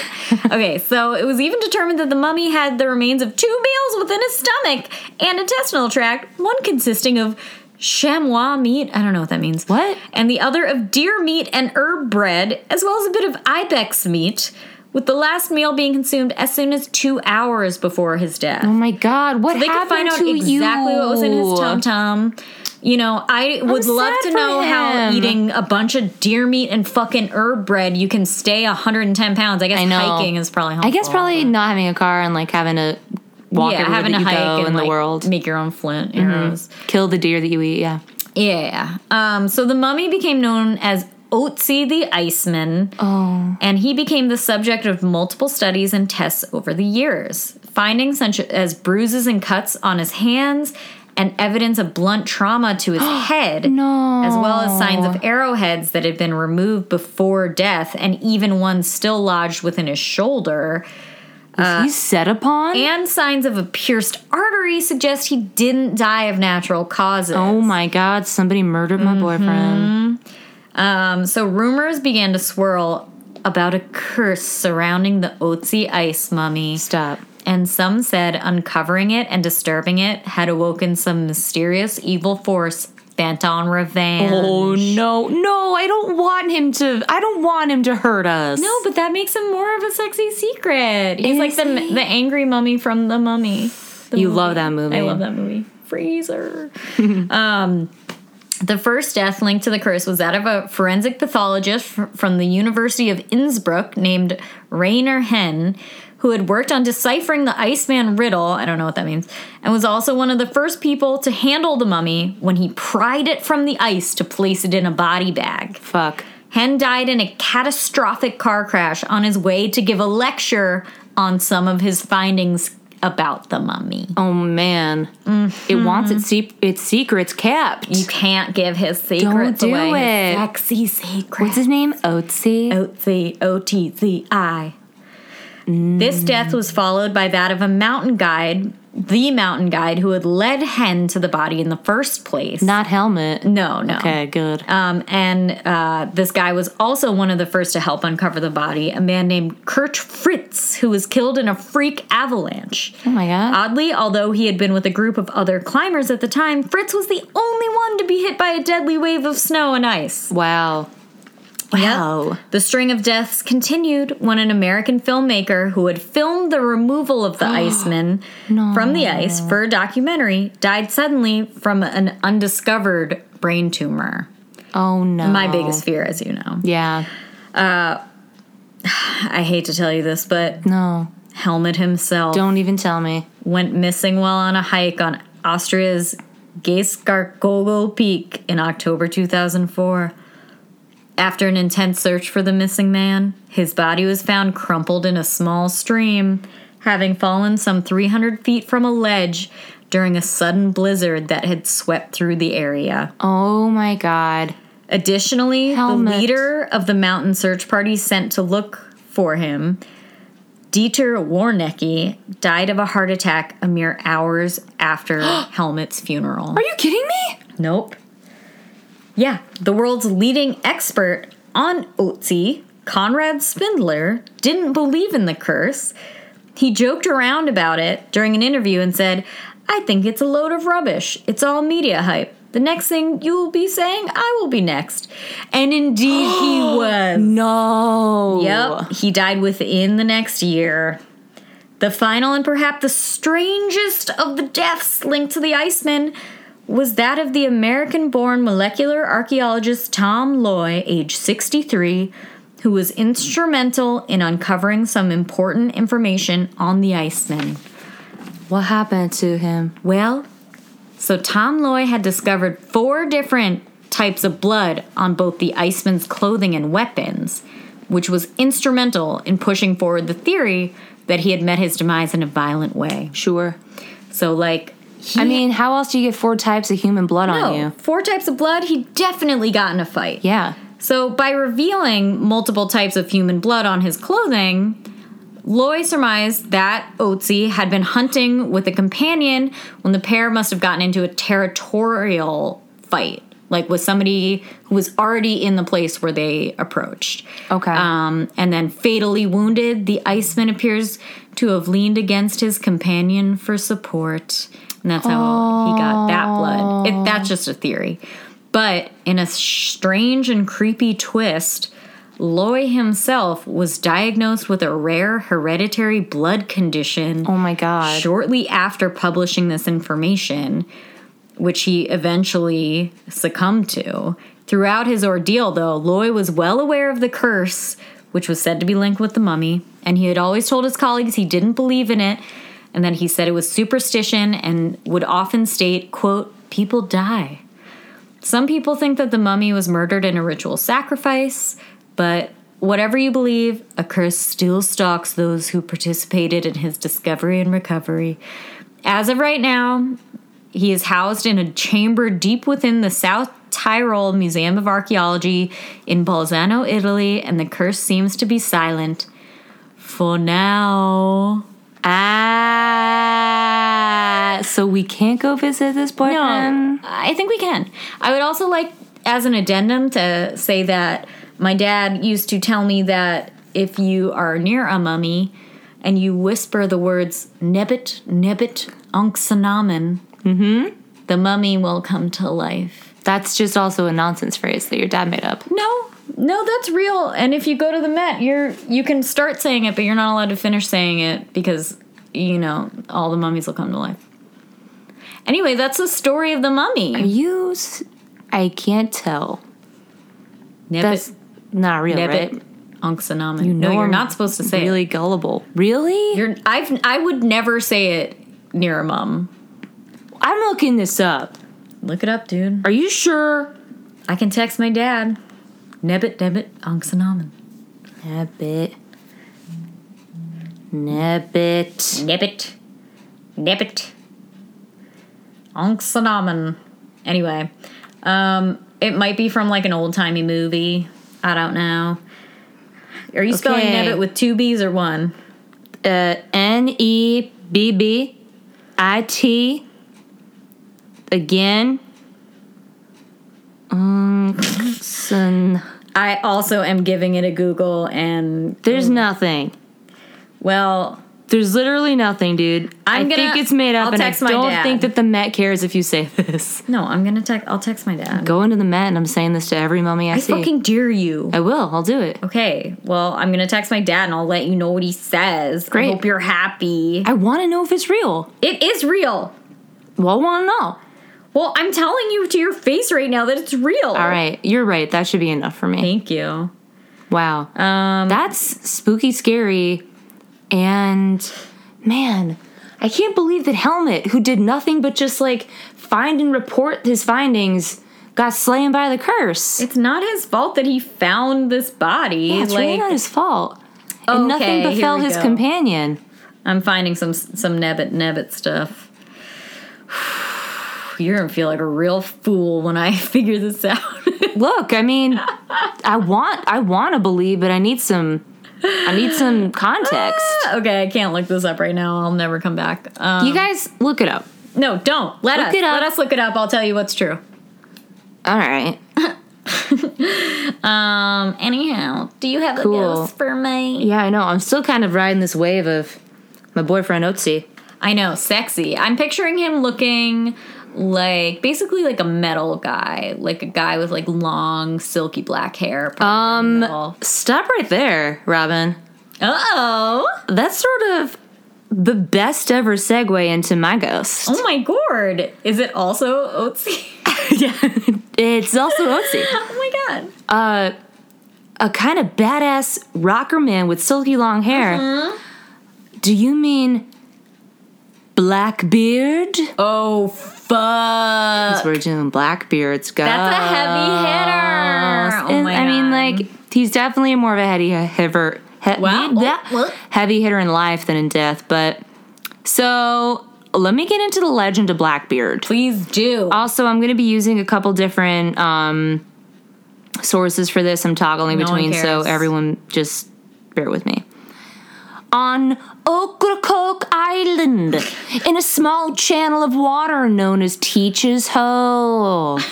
Speaker 2: Okay, so it was even determined that the mummy had the remains of two meals within his stomach and intestinal tract, one consisting of chamois meat, I don't know what that means.
Speaker 1: What?
Speaker 2: And the other of deer meat and herb bread, as well as a bit of ibex meat, with the last meal being consumed as soon as two hours before his death
Speaker 1: Oh my God, what
Speaker 2: they could
Speaker 1: happened
Speaker 2: find out
Speaker 1: to
Speaker 2: exactly
Speaker 1: you?
Speaker 2: what was in his tum tum. You know, I would love
Speaker 1: sad
Speaker 2: to
Speaker 1: for
Speaker 2: know how
Speaker 1: him.
Speaker 2: eating a bunch of deer meat and fucking herb bread you can stay 110 pounds. I guess
Speaker 1: I know.
Speaker 2: hiking is probably helpful.
Speaker 1: I guess probably not having a car and like having to walk
Speaker 2: yeah,
Speaker 1: everywhere
Speaker 2: having
Speaker 1: that
Speaker 2: to
Speaker 1: you
Speaker 2: hike
Speaker 1: go
Speaker 2: and
Speaker 1: in
Speaker 2: like,
Speaker 1: the world, Mm-hmm.
Speaker 2: make your own flint arrows.
Speaker 1: kill the deer that you eat. Yeah.
Speaker 2: Yeah. Um, so the mummy became known as Otzi the Iceman.
Speaker 1: Oh.
Speaker 2: and he became the subject of multiple studies and tests over the years, findings such as bruises and cuts on his hands and evidence of blunt trauma to his head,
Speaker 1: No.
Speaker 2: as well as signs of arrowheads that had been removed before death and even one still lodged within his shoulder.
Speaker 1: he's set upon.
Speaker 2: And signs of a pierced artery suggest he didn't die of natural causes.
Speaker 1: Oh my God! Somebody murdered my boyfriend.
Speaker 2: Um, so rumors began to swirl about a curse surrounding the Otzi ice mummy.
Speaker 1: Stop.
Speaker 2: and some said uncovering it and disturbing it had awoken some mysterious evil force bent on revenge.
Speaker 1: Oh no, no! I don't want him to. I don't want him to hurt us.
Speaker 2: No, but that makes him more of a sexy secret. He's
Speaker 1: Is
Speaker 2: like the
Speaker 1: he?
Speaker 2: the angry mummy from the Mummy. The
Speaker 1: You love that movie.
Speaker 2: I love that movie. Freezer. um, the first death linked to the curse was that of a forensic pathologist fr- from the University of Innsbruck named Rainer Hen, who had worked on deciphering the Iceman riddle, I don't know what that means, and was also one of the first people to handle the mummy when he pried it from the ice to place it in a body bag.
Speaker 1: Fuck.
Speaker 2: Hen died in a catastrophic car crash on his way to give a lecture on some of his findings about the mummy.
Speaker 1: Oh man. It wants its se- its secrets kept.
Speaker 2: You can't give his secrets
Speaker 1: do
Speaker 2: away.
Speaker 1: it.
Speaker 2: His Sexy secrets.
Speaker 1: What's his name? Otzi.
Speaker 2: O-T- O-T-Z-I.
Speaker 1: Mm.
Speaker 2: This death was followed by that of a mountain guide, the mountain guide who had led Hen to the body in the first place.
Speaker 1: Not helmet.
Speaker 2: no, no.
Speaker 1: Okay, good.
Speaker 2: Um, and uh, this guy was also one of the first to help uncover the body, a man named Kurt Fritz, who was killed in a freak avalanche.
Speaker 1: oh my god.
Speaker 2: Oddly, although he had been with a group of other climbers at the time, Fritz was the only one to be hit by a deadly wave of snow and ice.
Speaker 1: wow. Wow.
Speaker 2: The string of deaths continued when an American filmmaker who had filmed the removal of the Iceman from the ice for a documentary died suddenly from an undiscovered brain tumor.
Speaker 1: Oh no.
Speaker 2: My biggest fear, as you know.
Speaker 1: Yeah.
Speaker 2: I hate to tell you this, but
Speaker 1: No.
Speaker 2: Helmut himself
Speaker 1: Don't even tell me.
Speaker 2: went missing while on a hike on Austria's Geiskarkogel Peak in October 2004. After an intense search for the missing man, his body was found crumpled in a small stream, having fallen some 300 feet from a ledge during a sudden blizzard that had swept through the area.
Speaker 1: Oh my god.
Speaker 2: Additionally,
Speaker 1: Helmet.
Speaker 2: the leader of the mountain search party sent to look for him, Dieter Warnecke, died of a heart attack a mere hours after Helmut's funeral.
Speaker 1: Are you kidding me?
Speaker 2: Nope. Yeah, the world's leading expert on Otzi, Conrad Spindler, didn't believe in the curse. He joked around about it during an interview and said, I think it's a load of rubbish. It's all media hype. The next thing you will be saying, I will be next. And indeed he was.
Speaker 1: No.
Speaker 2: Yep, he died within the next year. The final and perhaps the strangest of the deaths linked to the Iceman was that of the American born molecular archaeologist Tom Loy, age 63, who was instrumental in uncovering some important information on the Iceman.
Speaker 1: What happened to him?
Speaker 2: Well, so Tom Loy had discovered four different types of blood on both the Iceman's clothing and weapons, which was instrumental in pushing forward the theory that he had met his demise in a violent way.
Speaker 1: Sure.
Speaker 2: So, like, he,
Speaker 1: I mean, how else do you get four types of human blood on
Speaker 2: no,
Speaker 1: you?
Speaker 2: four types of blood, he definitely got in a fight.
Speaker 1: Yeah.
Speaker 2: So, by revealing multiple types of human blood on his clothing, Loy surmised that Otzi had been hunting with a companion when the pair must have gotten into a territorial fight, like with somebody who was already in the place where they approached.
Speaker 1: Okay.
Speaker 2: Um, and then fatally wounded, the Iceman appears to have leaned against his companion for support. And that's how he got that blood. It, that's just a theory. But in a strange and creepy twist, Loy himself was diagnosed with a rare hereditary blood condition
Speaker 1: oh my god.
Speaker 2: shortly after publishing this information, which he eventually succumbed to. Throughout his ordeal, though, Loy was well aware of the curse, which was said to be linked with the mummy, and he had always told his colleagues he didn't believe in it, and that he said it was superstition and would often state, quote, people die. Some people think that the mummy was murdered in a ritual sacrifice, but whatever you believe, a curse still stalks those who participated in his discovery and recovery. As of right now, he is housed in a chamber deep within the South Tyrol Museum of Archaeology in Bolzano, Italy, and the curse seems to be silent. For now.
Speaker 1: Ah, so we can't go visit this boyfriend.
Speaker 2: No, I think we can. I would also like, as an addendum, to say that my dad used to tell me that if you are near a mummy and you whisper the words "Nebbit, Nebbit, Unxanamen," mm-hmm. the mummy will come to life.
Speaker 1: That's just also a nonsense phrase that your dad made up.
Speaker 2: No, no, that's real. And if you go to the Met, you're you can start saying it, but you're not allowed to finish saying it because you know all the mummies will come to life. Anyway, that's the story of the
Speaker 1: Are
Speaker 2: mummy.
Speaker 1: you? s- I can't tell.
Speaker 2: Nebbit.
Speaker 1: That's not real,
Speaker 2: Nebbit.
Speaker 1: right?
Speaker 2: Onxonomic. You no, you're
Speaker 1: I'm
Speaker 2: not supposed to say
Speaker 1: really gullible. Really?
Speaker 2: it. You're I've I would never say it near a mum.
Speaker 1: I'm looking this up.
Speaker 2: Look it up, dude.
Speaker 1: Are you sure?
Speaker 2: I can text my dad. Nebbit nebbit onxonomin.
Speaker 1: Nabbit. Nabbit.
Speaker 2: Nebbit. Nebbit. Onxonomin. Anyway, um, it might be from like an old timey movie. I don't know. Are you spelling
Speaker 1: Okay.
Speaker 2: nebbit with two B's or one?
Speaker 1: Uh, N E B B I T. Again. Um, son.
Speaker 2: I also am giving it a Google and
Speaker 1: There's nothing.
Speaker 2: well,
Speaker 1: There's literally nothing, dude. i
Speaker 2: I'm gonna-
Speaker 1: think it's made up,
Speaker 2: I'll
Speaker 1: and
Speaker 2: text
Speaker 1: I
Speaker 2: my
Speaker 1: don't
Speaker 2: dad.
Speaker 1: think that the Met cares if you say this.
Speaker 2: no, I'm gonna text. I'll text my dad.
Speaker 1: Go into the Met, and I'm saying this to every mummy I,
Speaker 2: I
Speaker 1: see.
Speaker 2: fucking dare you.
Speaker 1: I will. I'll do it.
Speaker 2: Okay, well, I'm gonna text my dad and I'll let you know what he says.
Speaker 1: Great.
Speaker 2: I hope you're happy.
Speaker 1: I want to know if it's real.
Speaker 2: It is real.
Speaker 1: Well, I want to know.
Speaker 2: Well, I'm telling you to your face right now that it's real.
Speaker 1: All right, you're right. That should be enough for me.
Speaker 2: Thank you.
Speaker 1: Wow.
Speaker 2: Um,
Speaker 1: That's spooky, scary, and man, I can't believe that Helmet, who did nothing but just like find and report his findings, got slain by the curse.
Speaker 2: it's not his fault that he found this body.
Speaker 1: Yeah, it's
Speaker 2: like,
Speaker 1: really not his fault. and nothing
Speaker 2: Okay, here
Speaker 1: befell
Speaker 2: we
Speaker 1: his
Speaker 2: go.
Speaker 1: companion.
Speaker 2: I'm finding some some nebbit nebbit stuff. You're gonna feel like a real fool when I figure this out.
Speaker 1: Look, I mean, I want, I want to believe, but I need some, I need some context.
Speaker 2: Ah, okay, I can't look this up right now. I'll never come back. Um,
Speaker 1: you guys, look it up.
Speaker 2: no, don't let
Speaker 1: Look
Speaker 2: us
Speaker 1: it up.
Speaker 2: let us look it up. I'll tell you what's true.
Speaker 1: All right.
Speaker 2: Um. Anyhow, do you have
Speaker 1: Cool.
Speaker 2: a ghost for me?
Speaker 1: Yeah, I know. I'm still kind of riding this wave of my boyfriend Otzi.
Speaker 2: I know, sexy. I'm picturing him looking like basically like a metal guy, like a guy with like long silky black hair. Um. Uh
Speaker 1: Stop right there, Robin.
Speaker 2: oh.
Speaker 1: That's sort of the best ever segue into my ghost.
Speaker 2: Oh my gourd. Is it also Oatsy?
Speaker 1: yeah. It's also Otzi.
Speaker 2: oh my god.
Speaker 1: A kind of badass rocker man with silky long hair.
Speaker 2: Mm-hmm.
Speaker 1: Do you mean Blackbeard?
Speaker 2: Oh fuck. Oh,
Speaker 1: Because we're doing Blackbeard's ghost.
Speaker 2: That's a heavy hitter. Oh
Speaker 1: And,
Speaker 2: my
Speaker 1: I mean,
Speaker 2: God.
Speaker 1: like he's definitely more of a heady hitter, he-
Speaker 2: Wow.
Speaker 1: bleh,
Speaker 2: Oh, oh.
Speaker 1: heavy hitter in life than in death. But so let me get into the legend of Blackbeard.
Speaker 2: please do.
Speaker 1: Also, I'm going to be using a couple different um, sources for this. I'm toggling
Speaker 2: No one
Speaker 1: between, so
Speaker 2: cares.
Speaker 1: everyone just bear with me. On Ocracoke Island, in a small channel of water known as Teacher's Hole.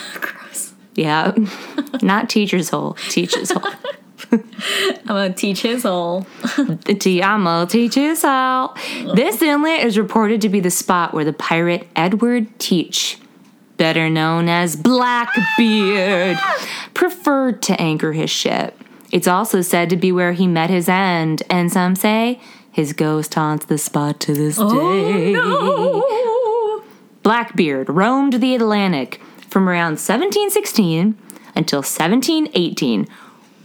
Speaker 1: Yeah, not Teacher's Hole, Teacher's Hole.
Speaker 2: I'm gonna teach his whole.
Speaker 1: The Tiamo Teacher's Hole. This inlet is reported to be the spot where the pirate Edward Teach, better known as Blackbeard, preferred to anchor his ship. It's also said to be where he met his end, and some say his ghost haunts the spot to this day.
Speaker 2: Oh
Speaker 1: Blackbeard roamed the Atlantic from around 1716 until 1718,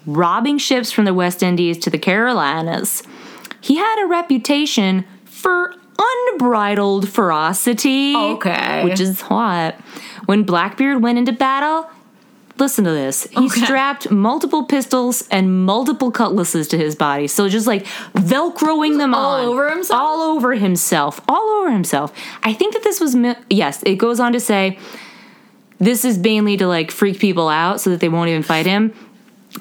Speaker 1: robbing ships from the West Indies to the Carolinas. He had a reputation for unbridled ferocity.
Speaker 2: Okay.
Speaker 1: Which is hot. When Blackbeard went into battle, listen to this. He
Speaker 2: Okay.
Speaker 1: strapped multiple pistols and multiple cutlasses to his body. So just like velcroing them
Speaker 2: All
Speaker 1: on.
Speaker 2: over himself?
Speaker 1: All over himself. All over himself. I think that this was mi- yes, it goes on to say this is mainly to like freak people out so that they won't even fight him.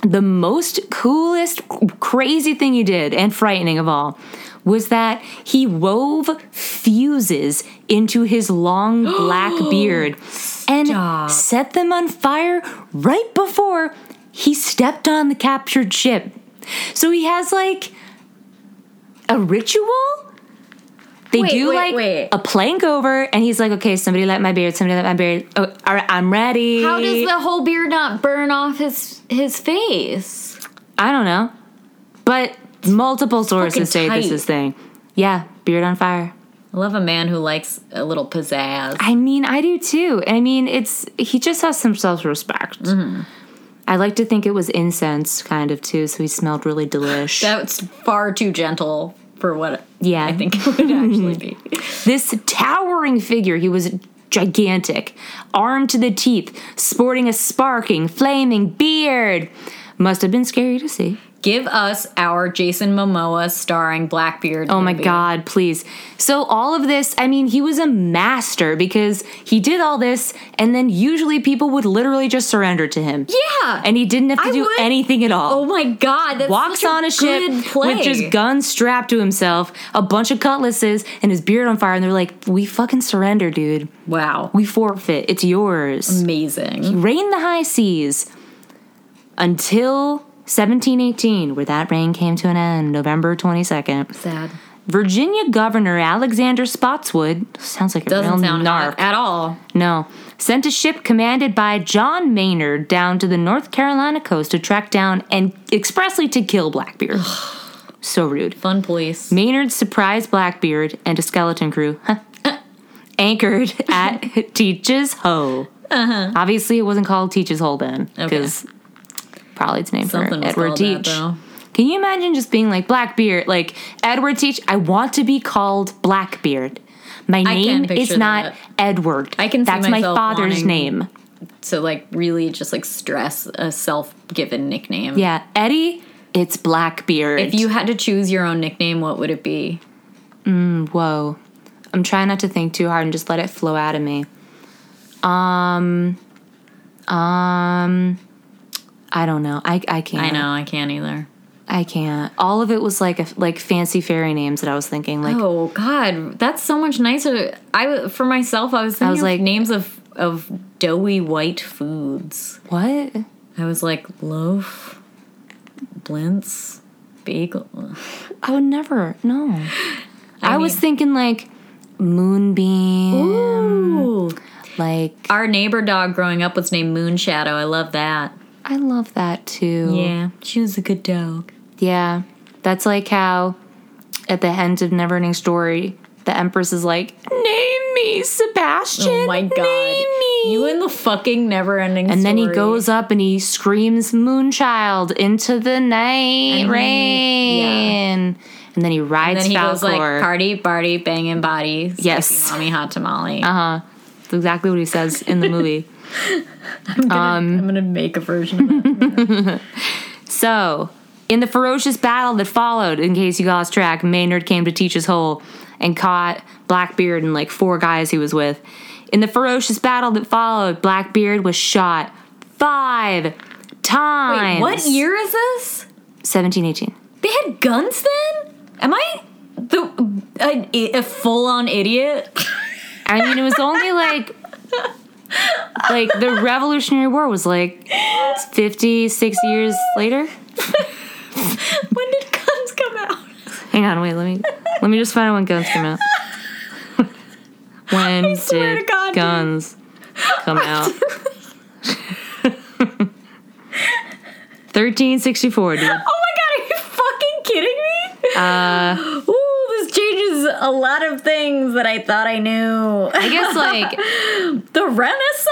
Speaker 1: The most coolest crazy thing he did and frightening of all was that he wove fuses into his long black beard and
Speaker 2: Stop.
Speaker 1: set them on fire right before he stepped on the captured ship. So he has like a ritual. They
Speaker 2: Wait,
Speaker 1: do
Speaker 2: wait,
Speaker 1: like
Speaker 2: wait.
Speaker 1: a plank over, and he's like, "Okay, somebody light my beard. Somebody light my beard. Oh, all right, I'm ready."
Speaker 2: How does the whole beard not burn off his his face?
Speaker 1: I don't know, but multiple sources say
Speaker 2: fucking
Speaker 1: this
Speaker 2: tight.
Speaker 1: is thing. Yeah, beard on fire.
Speaker 2: I love a man who likes a little pizzazz. Mm-hmm.
Speaker 1: I mean, I do too. I mean, it's he just has some self respect. I like to think it was incense, kind of too, so he smelled really delish.
Speaker 2: That's far too gentle for what
Speaker 1: yeah,
Speaker 2: I think it would actually be.
Speaker 1: this towering figure. He was gigantic, armed to the teeth, sporting a sparking, flaming beard. Must have been scary to see.
Speaker 2: Give us our Jason Momoa starring Blackbeard.
Speaker 1: Oh my God, please. So, all of this, I mean, he was a master because he did all this, and then usually people would literally just surrender to him.
Speaker 2: Yeah.
Speaker 1: And he didn't have to
Speaker 2: I
Speaker 1: do
Speaker 2: would-
Speaker 1: anything at all.
Speaker 2: Oh my god, that's
Speaker 1: Walks
Speaker 2: such
Speaker 1: on a
Speaker 2: good
Speaker 1: ship
Speaker 2: play.
Speaker 1: with just guns strapped to himself, a bunch of cutlasses, and his beard on fire, and they're like, We fucking surrender, dude.
Speaker 2: Wow.
Speaker 1: We forfeit. It's yours.
Speaker 2: Amazing.
Speaker 1: Rain the high seas until 1718, where that reign came to an end, November 22nd.
Speaker 2: Sad.
Speaker 1: Virginia Governor Alexander Spotswood sounds like a
Speaker 2: Doesn't
Speaker 1: real
Speaker 2: sound
Speaker 1: narc.
Speaker 2: hot at all.
Speaker 1: No, sent a ship commanded by John Maynard down to the North Carolina coast to track down and expressly to kill Blackbeard. so rude.
Speaker 2: Fun police.
Speaker 1: Maynard surprised Blackbeard and a skeleton crew anchored at Teach's Hole. Uh-huh. Obviously, it wasn't called Teach's Hole then, because probably its name
Speaker 2: Something
Speaker 1: for
Speaker 2: was
Speaker 1: Edward
Speaker 2: called that,
Speaker 1: Teach.
Speaker 2: though.
Speaker 1: Can you imagine just being like Blackbeard, like Edward Teach? I want to be called Blackbeard. My name
Speaker 2: picture
Speaker 1: is not
Speaker 2: that.
Speaker 1: Edward.
Speaker 2: I can see
Speaker 1: That's my
Speaker 2: myself
Speaker 1: father's
Speaker 2: wanting-
Speaker 1: name.
Speaker 2: So like really just like stress a self-given nickname.
Speaker 1: Yeah, Eddie. It's Blackbeard.
Speaker 2: If you had to choose your own nickname, what would it be?
Speaker 1: Whoa. I'm trying not to think too hard and just let it flow out of me. Um um I don't know. I I can't.
Speaker 2: I know, I can't either.
Speaker 1: I can't. All of it was like a, like fancy fairy names that I was thinking like
Speaker 2: Oh God, that's so much nicer. I w- for myself, I was thinking
Speaker 1: was
Speaker 2: of
Speaker 1: like-
Speaker 2: names of of doughy white foods.
Speaker 1: what?
Speaker 2: I was like loaf, blintz, bagel.
Speaker 1: I would never. No. I, was
Speaker 2: mean-
Speaker 1: thinking like moonbeam
Speaker 2: Ooh,
Speaker 1: like
Speaker 2: our neighbor dog growing up was named Moonshadow. I love that.
Speaker 1: I love that too.
Speaker 2: Yeah, she was a good dog.
Speaker 1: Yeah. That's like how at the end of Neverending Story, the Empress is like, Name me, Sebastian.
Speaker 2: Oh my God,
Speaker 1: Name me.
Speaker 2: you and the fucking never-ending.
Speaker 1: and then he goes up and he screams Moonchild into the night
Speaker 2: And he-
Speaker 1: rain. And then he rides
Speaker 2: Then he goes like
Speaker 1: Falcor.
Speaker 2: party, party, banging body. sticky
Speaker 1: Yes.
Speaker 2: mommy hot tamale.
Speaker 1: That's exactly what he says in the movie.
Speaker 2: I'm gonna make a version of that.
Speaker 1: So, in the ferocious battle that followed, in case you lost track, Maynard came to teach his hole and caught Blackbeard and like four guys he was with. In the ferocious battle that followed, Blackbeard was shot five times.
Speaker 2: What year is this?
Speaker 1: 1718.
Speaker 2: They had guns then? Am I the an i- a, full on idiot?
Speaker 1: I mean, it was only like. Like the Revolutionary War was like 50, 60 years later.
Speaker 2: when did guns come out?
Speaker 1: Hang on, wait, let me let me just find out when guns came out. when
Speaker 2: swear to
Speaker 1: did
Speaker 2: God, dude.
Speaker 1: guns come out? 1364, dude.
Speaker 2: Oh my god, are you fucking kidding me? Uh, Ooh, this changes a lot of things that I thought I knew.
Speaker 1: I guess like
Speaker 2: the Renaissance?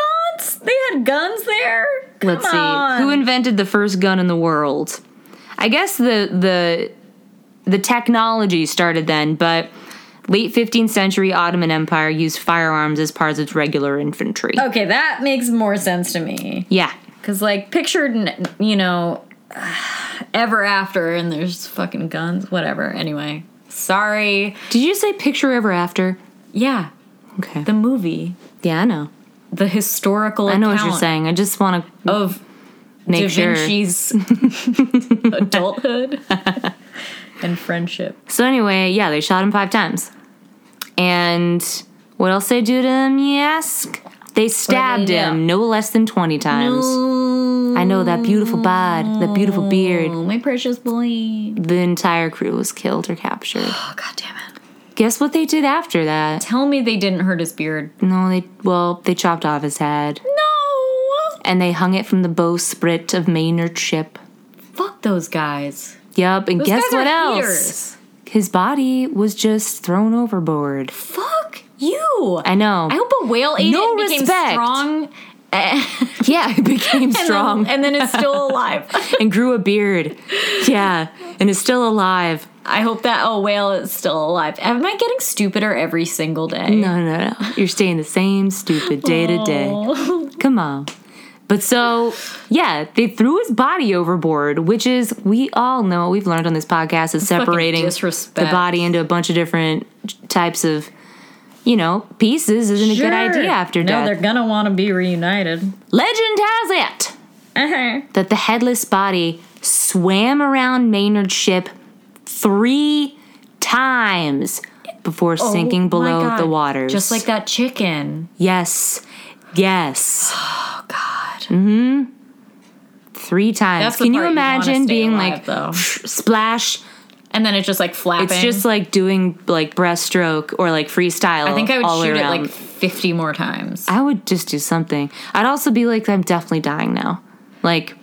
Speaker 2: They had guns there? Come
Speaker 1: let's see.
Speaker 2: on.
Speaker 1: Who invented the first gun in the world? I guess the the the technology started then, but late 15th century Ottoman Empire used firearms as part of its regular infantry.
Speaker 2: okay, that makes more sense to me.
Speaker 1: Yeah.
Speaker 2: Cause like pictured, n- you know, ever after, and there's fucking guns. Whatever. Anyway, sorry.
Speaker 1: Did you say picture ever after?
Speaker 2: Yeah,
Speaker 1: Okay.
Speaker 2: the movie,
Speaker 1: yeah, I know.
Speaker 2: the historical.
Speaker 1: I know what you're
Speaker 2: account
Speaker 1: saying. I just want to
Speaker 2: of
Speaker 1: make sure.
Speaker 2: Da Vinci's adulthood and friendship.
Speaker 1: So anyway, yeah, they shot him five times. And what else they do to him? You ask. They stabbed
Speaker 2: do?
Speaker 1: him no less than twenty times.
Speaker 2: Oh,
Speaker 1: I know that beautiful bod, that beautiful beard.
Speaker 2: my precious boy.
Speaker 1: The entire crew was killed or captured.
Speaker 2: Oh god damn it!
Speaker 1: Guess what they did after that?
Speaker 2: Tell me they didn't hurt his beard.
Speaker 1: No, they well, they chopped off his head
Speaker 2: No.
Speaker 1: and they hung it from the bowsprit of Maynard's ship.
Speaker 2: Fuck those guys.
Speaker 1: Yup, and
Speaker 2: Those
Speaker 1: guess
Speaker 2: guys
Speaker 1: what
Speaker 2: are
Speaker 1: else?
Speaker 2: haters.
Speaker 1: His body was just thrown overboard.
Speaker 2: Fuck you.
Speaker 1: I know.
Speaker 2: I hope a whale ate
Speaker 1: No
Speaker 2: it and became
Speaker 1: respect.
Speaker 2: strong
Speaker 1: yeah, it became
Speaker 2: And
Speaker 1: strong
Speaker 2: then, and then it's still alive.
Speaker 1: and grew a beard. Yeah, and is still alive.
Speaker 2: I hope that oh whale is still alive. Am I getting stupider every single day?
Speaker 1: No, no, no. You're staying the same stupid day to
Speaker 2: Oh.
Speaker 1: day. Come on. But so, yeah, they threw his body overboard, which is, we all know, we've learned on this podcast, is
Speaker 2: Fucking
Speaker 1: separating the
Speaker 2: disrespect.
Speaker 1: body into a bunch of different types of, you know, pieces isn't a
Speaker 2: Sure.
Speaker 1: good idea after
Speaker 2: No, they're
Speaker 1: death.
Speaker 2: gonna want to be reunited.
Speaker 1: Legend has it
Speaker 2: Uh-huh.
Speaker 1: that the headless body swam around Maynard's ship three times before sinking below the waters.
Speaker 2: Oh Just like that chicken.
Speaker 1: Yes. Yes. Oh
Speaker 2: Mm.
Speaker 1: God. Hmm. Three times.
Speaker 2: That's the
Speaker 1: Can
Speaker 2: part
Speaker 1: you
Speaker 2: you wanna
Speaker 1: imagine
Speaker 2: stay
Speaker 1: being
Speaker 2: alive,
Speaker 1: like
Speaker 2: though.
Speaker 1: splash?
Speaker 2: And then it's just like flapping.
Speaker 1: It's just like doing like breaststroke or like freestyle.
Speaker 2: I think I
Speaker 1: all
Speaker 2: would shoot
Speaker 1: around.
Speaker 2: it like 50 more times.
Speaker 1: I would just do something. I'd also be like, I'm definitely dying now. Like,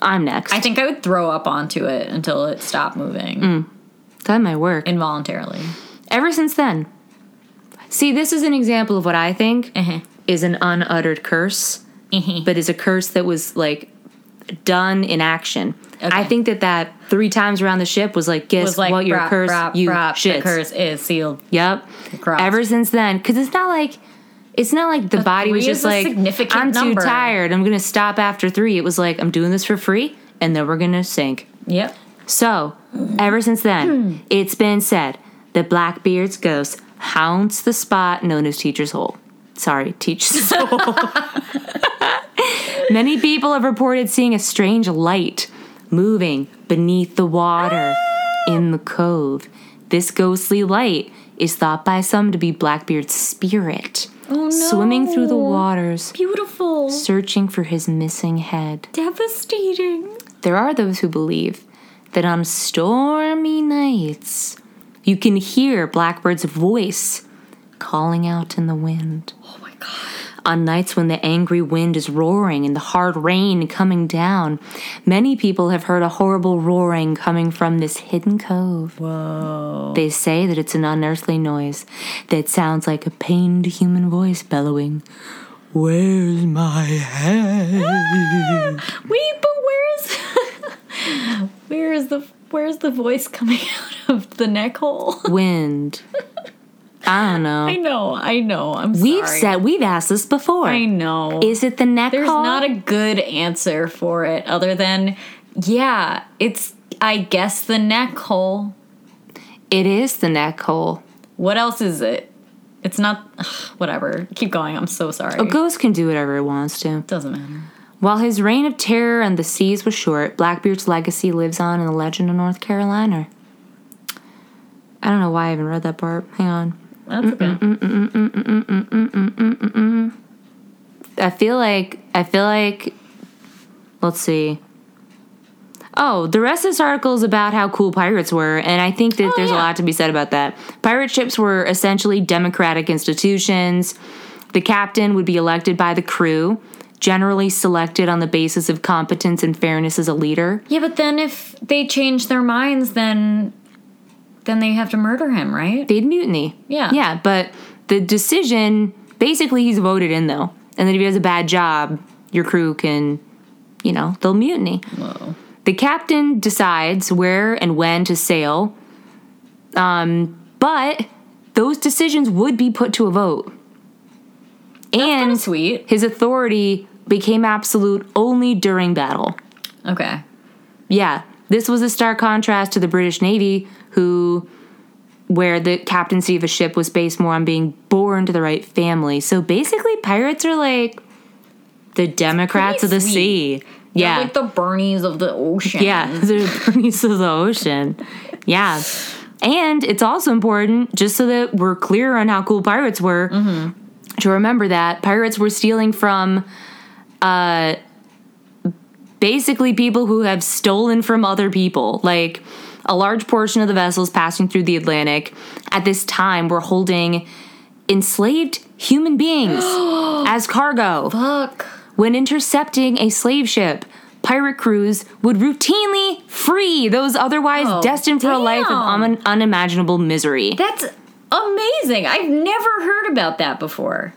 Speaker 1: I'm next.
Speaker 2: I think I would throw up onto it until it stopped moving
Speaker 1: Mm. that might work.
Speaker 2: involuntarily.
Speaker 1: Ever since then. See, this is an example of what I think
Speaker 2: Uh-huh.
Speaker 1: is an unuttered curse.
Speaker 2: Uh-huh.
Speaker 1: but is a curse that was like done in action. I think that that three times around the ship was like, guess
Speaker 2: was like
Speaker 1: what? Your
Speaker 2: brap,
Speaker 1: curse,
Speaker 2: brap,
Speaker 1: you
Speaker 2: brap,
Speaker 1: shits.
Speaker 2: The curse is sealed.
Speaker 1: Yep.
Speaker 2: Crossed.
Speaker 1: Ever since then, because it's not like it's not like the body was
Speaker 2: three
Speaker 1: just
Speaker 2: is a
Speaker 1: like,
Speaker 2: significant
Speaker 1: I'm
Speaker 2: number."
Speaker 1: too tired. I'm gonna stop after three. It was like, I'm doing this for free, and then we're gonna sink.
Speaker 2: Yep.
Speaker 1: So, ever since
Speaker 2: Hmm.
Speaker 1: then, it's been said that Blackbeard's ghost haunts the spot known as Teacher's Hole. Sorry, Teacher's Hole. Many people have reported seeing a strange light moving beneath the water in the cove. This ghostly light is thought by some to be Blackbeard's spirit
Speaker 2: Oh, no.
Speaker 1: swimming through the waters,
Speaker 2: Beautiful.
Speaker 1: searching for his missing head.
Speaker 2: Devastating.
Speaker 1: There are those who believe that on stormy nights you can hear Blackbird's voice calling out in the wind.
Speaker 2: Oh my god.
Speaker 1: On nights when the angry wind is roaring and the hard rain coming down, many people have heard a horrible roaring coming from this hidden cove.
Speaker 2: Whoa.
Speaker 1: They say that it's an unearthly noise that sounds like a pained human voice bellowing, Where's my head?
Speaker 2: Wait, but where's where is the where's the voice coming out of the neck hole?
Speaker 1: Wind. I don't know.
Speaker 2: I know, I know. I'm
Speaker 1: We've
Speaker 2: sorry.
Speaker 1: said we've asked this before.
Speaker 2: I know.
Speaker 1: Is it the neck
Speaker 2: There's
Speaker 1: hole?
Speaker 2: not a good answer for it other than yeah, it's I guess the neck hole.
Speaker 1: it is the neck hole.
Speaker 2: What else is it? It's not ugh, whatever. Keep going. I'm so sorry.
Speaker 1: A ghost can do whatever it wants to.
Speaker 2: Doesn't matter.
Speaker 1: While his reign of terror on the seas was short, Blackbeard's legacy lives on in the legend of North Carolina. I don't know why I even read that part. Hang on.
Speaker 2: That's okay.
Speaker 1: I feel like I feel like let's see. Oh, the rest of this article is about how cool pirates were, and I think that there's a
Speaker 2: Oh, yeah.
Speaker 1: lot to be said about that. Pirate ships were essentially democratic institutions. The captain would be elected by the crew, generally selected on the basis of competence and fairness as a leader.
Speaker 2: Yeah, but then if they change their minds, then then they have to murder him, right?
Speaker 1: They'd mutiny.
Speaker 2: Yeah.
Speaker 1: Yeah, but the decision basically he's voted in though. And then if he does a bad job, your crew can, you know, they'll mutiny.
Speaker 2: Whoa.
Speaker 1: The captain decides where and when to sail, um, but those decisions would be put to a vote.
Speaker 2: Kinda
Speaker 1: And
Speaker 2: sweet.
Speaker 1: his authority became absolute only during battle.
Speaker 2: Okay.
Speaker 1: Yeah, this was a stark contrast to the British Navy, who, where the captaincy of a ship was based more on being born to the right family. So basically, pirates are like the Democrats of the
Speaker 2: sweet.
Speaker 1: sea.
Speaker 2: They're
Speaker 1: Yeah,
Speaker 2: Like the Bernies of the ocean.
Speaker 1: yeah, they're the Bernice of the ocean. Yeah. And it's also important, just so that we're clear on how cool pirates were, to remember that pirates were stealing from uh, basically people who have stolen from other people. Like a large portion of the vessels passing through the Atlantic at this time were holding enslaved human beings as cargo.
Speaker 2: Fuck.
Speaker 1: When intercepting a slave ship, pirate crews would routinely free those otherwise
Speaker 2: Oh,
Speaker 1: destined for a life of
Speaker 2: damn.
Speaker 1: un- unimaginable misery.
Speaker 2: That's amazing. I've never heard about that before.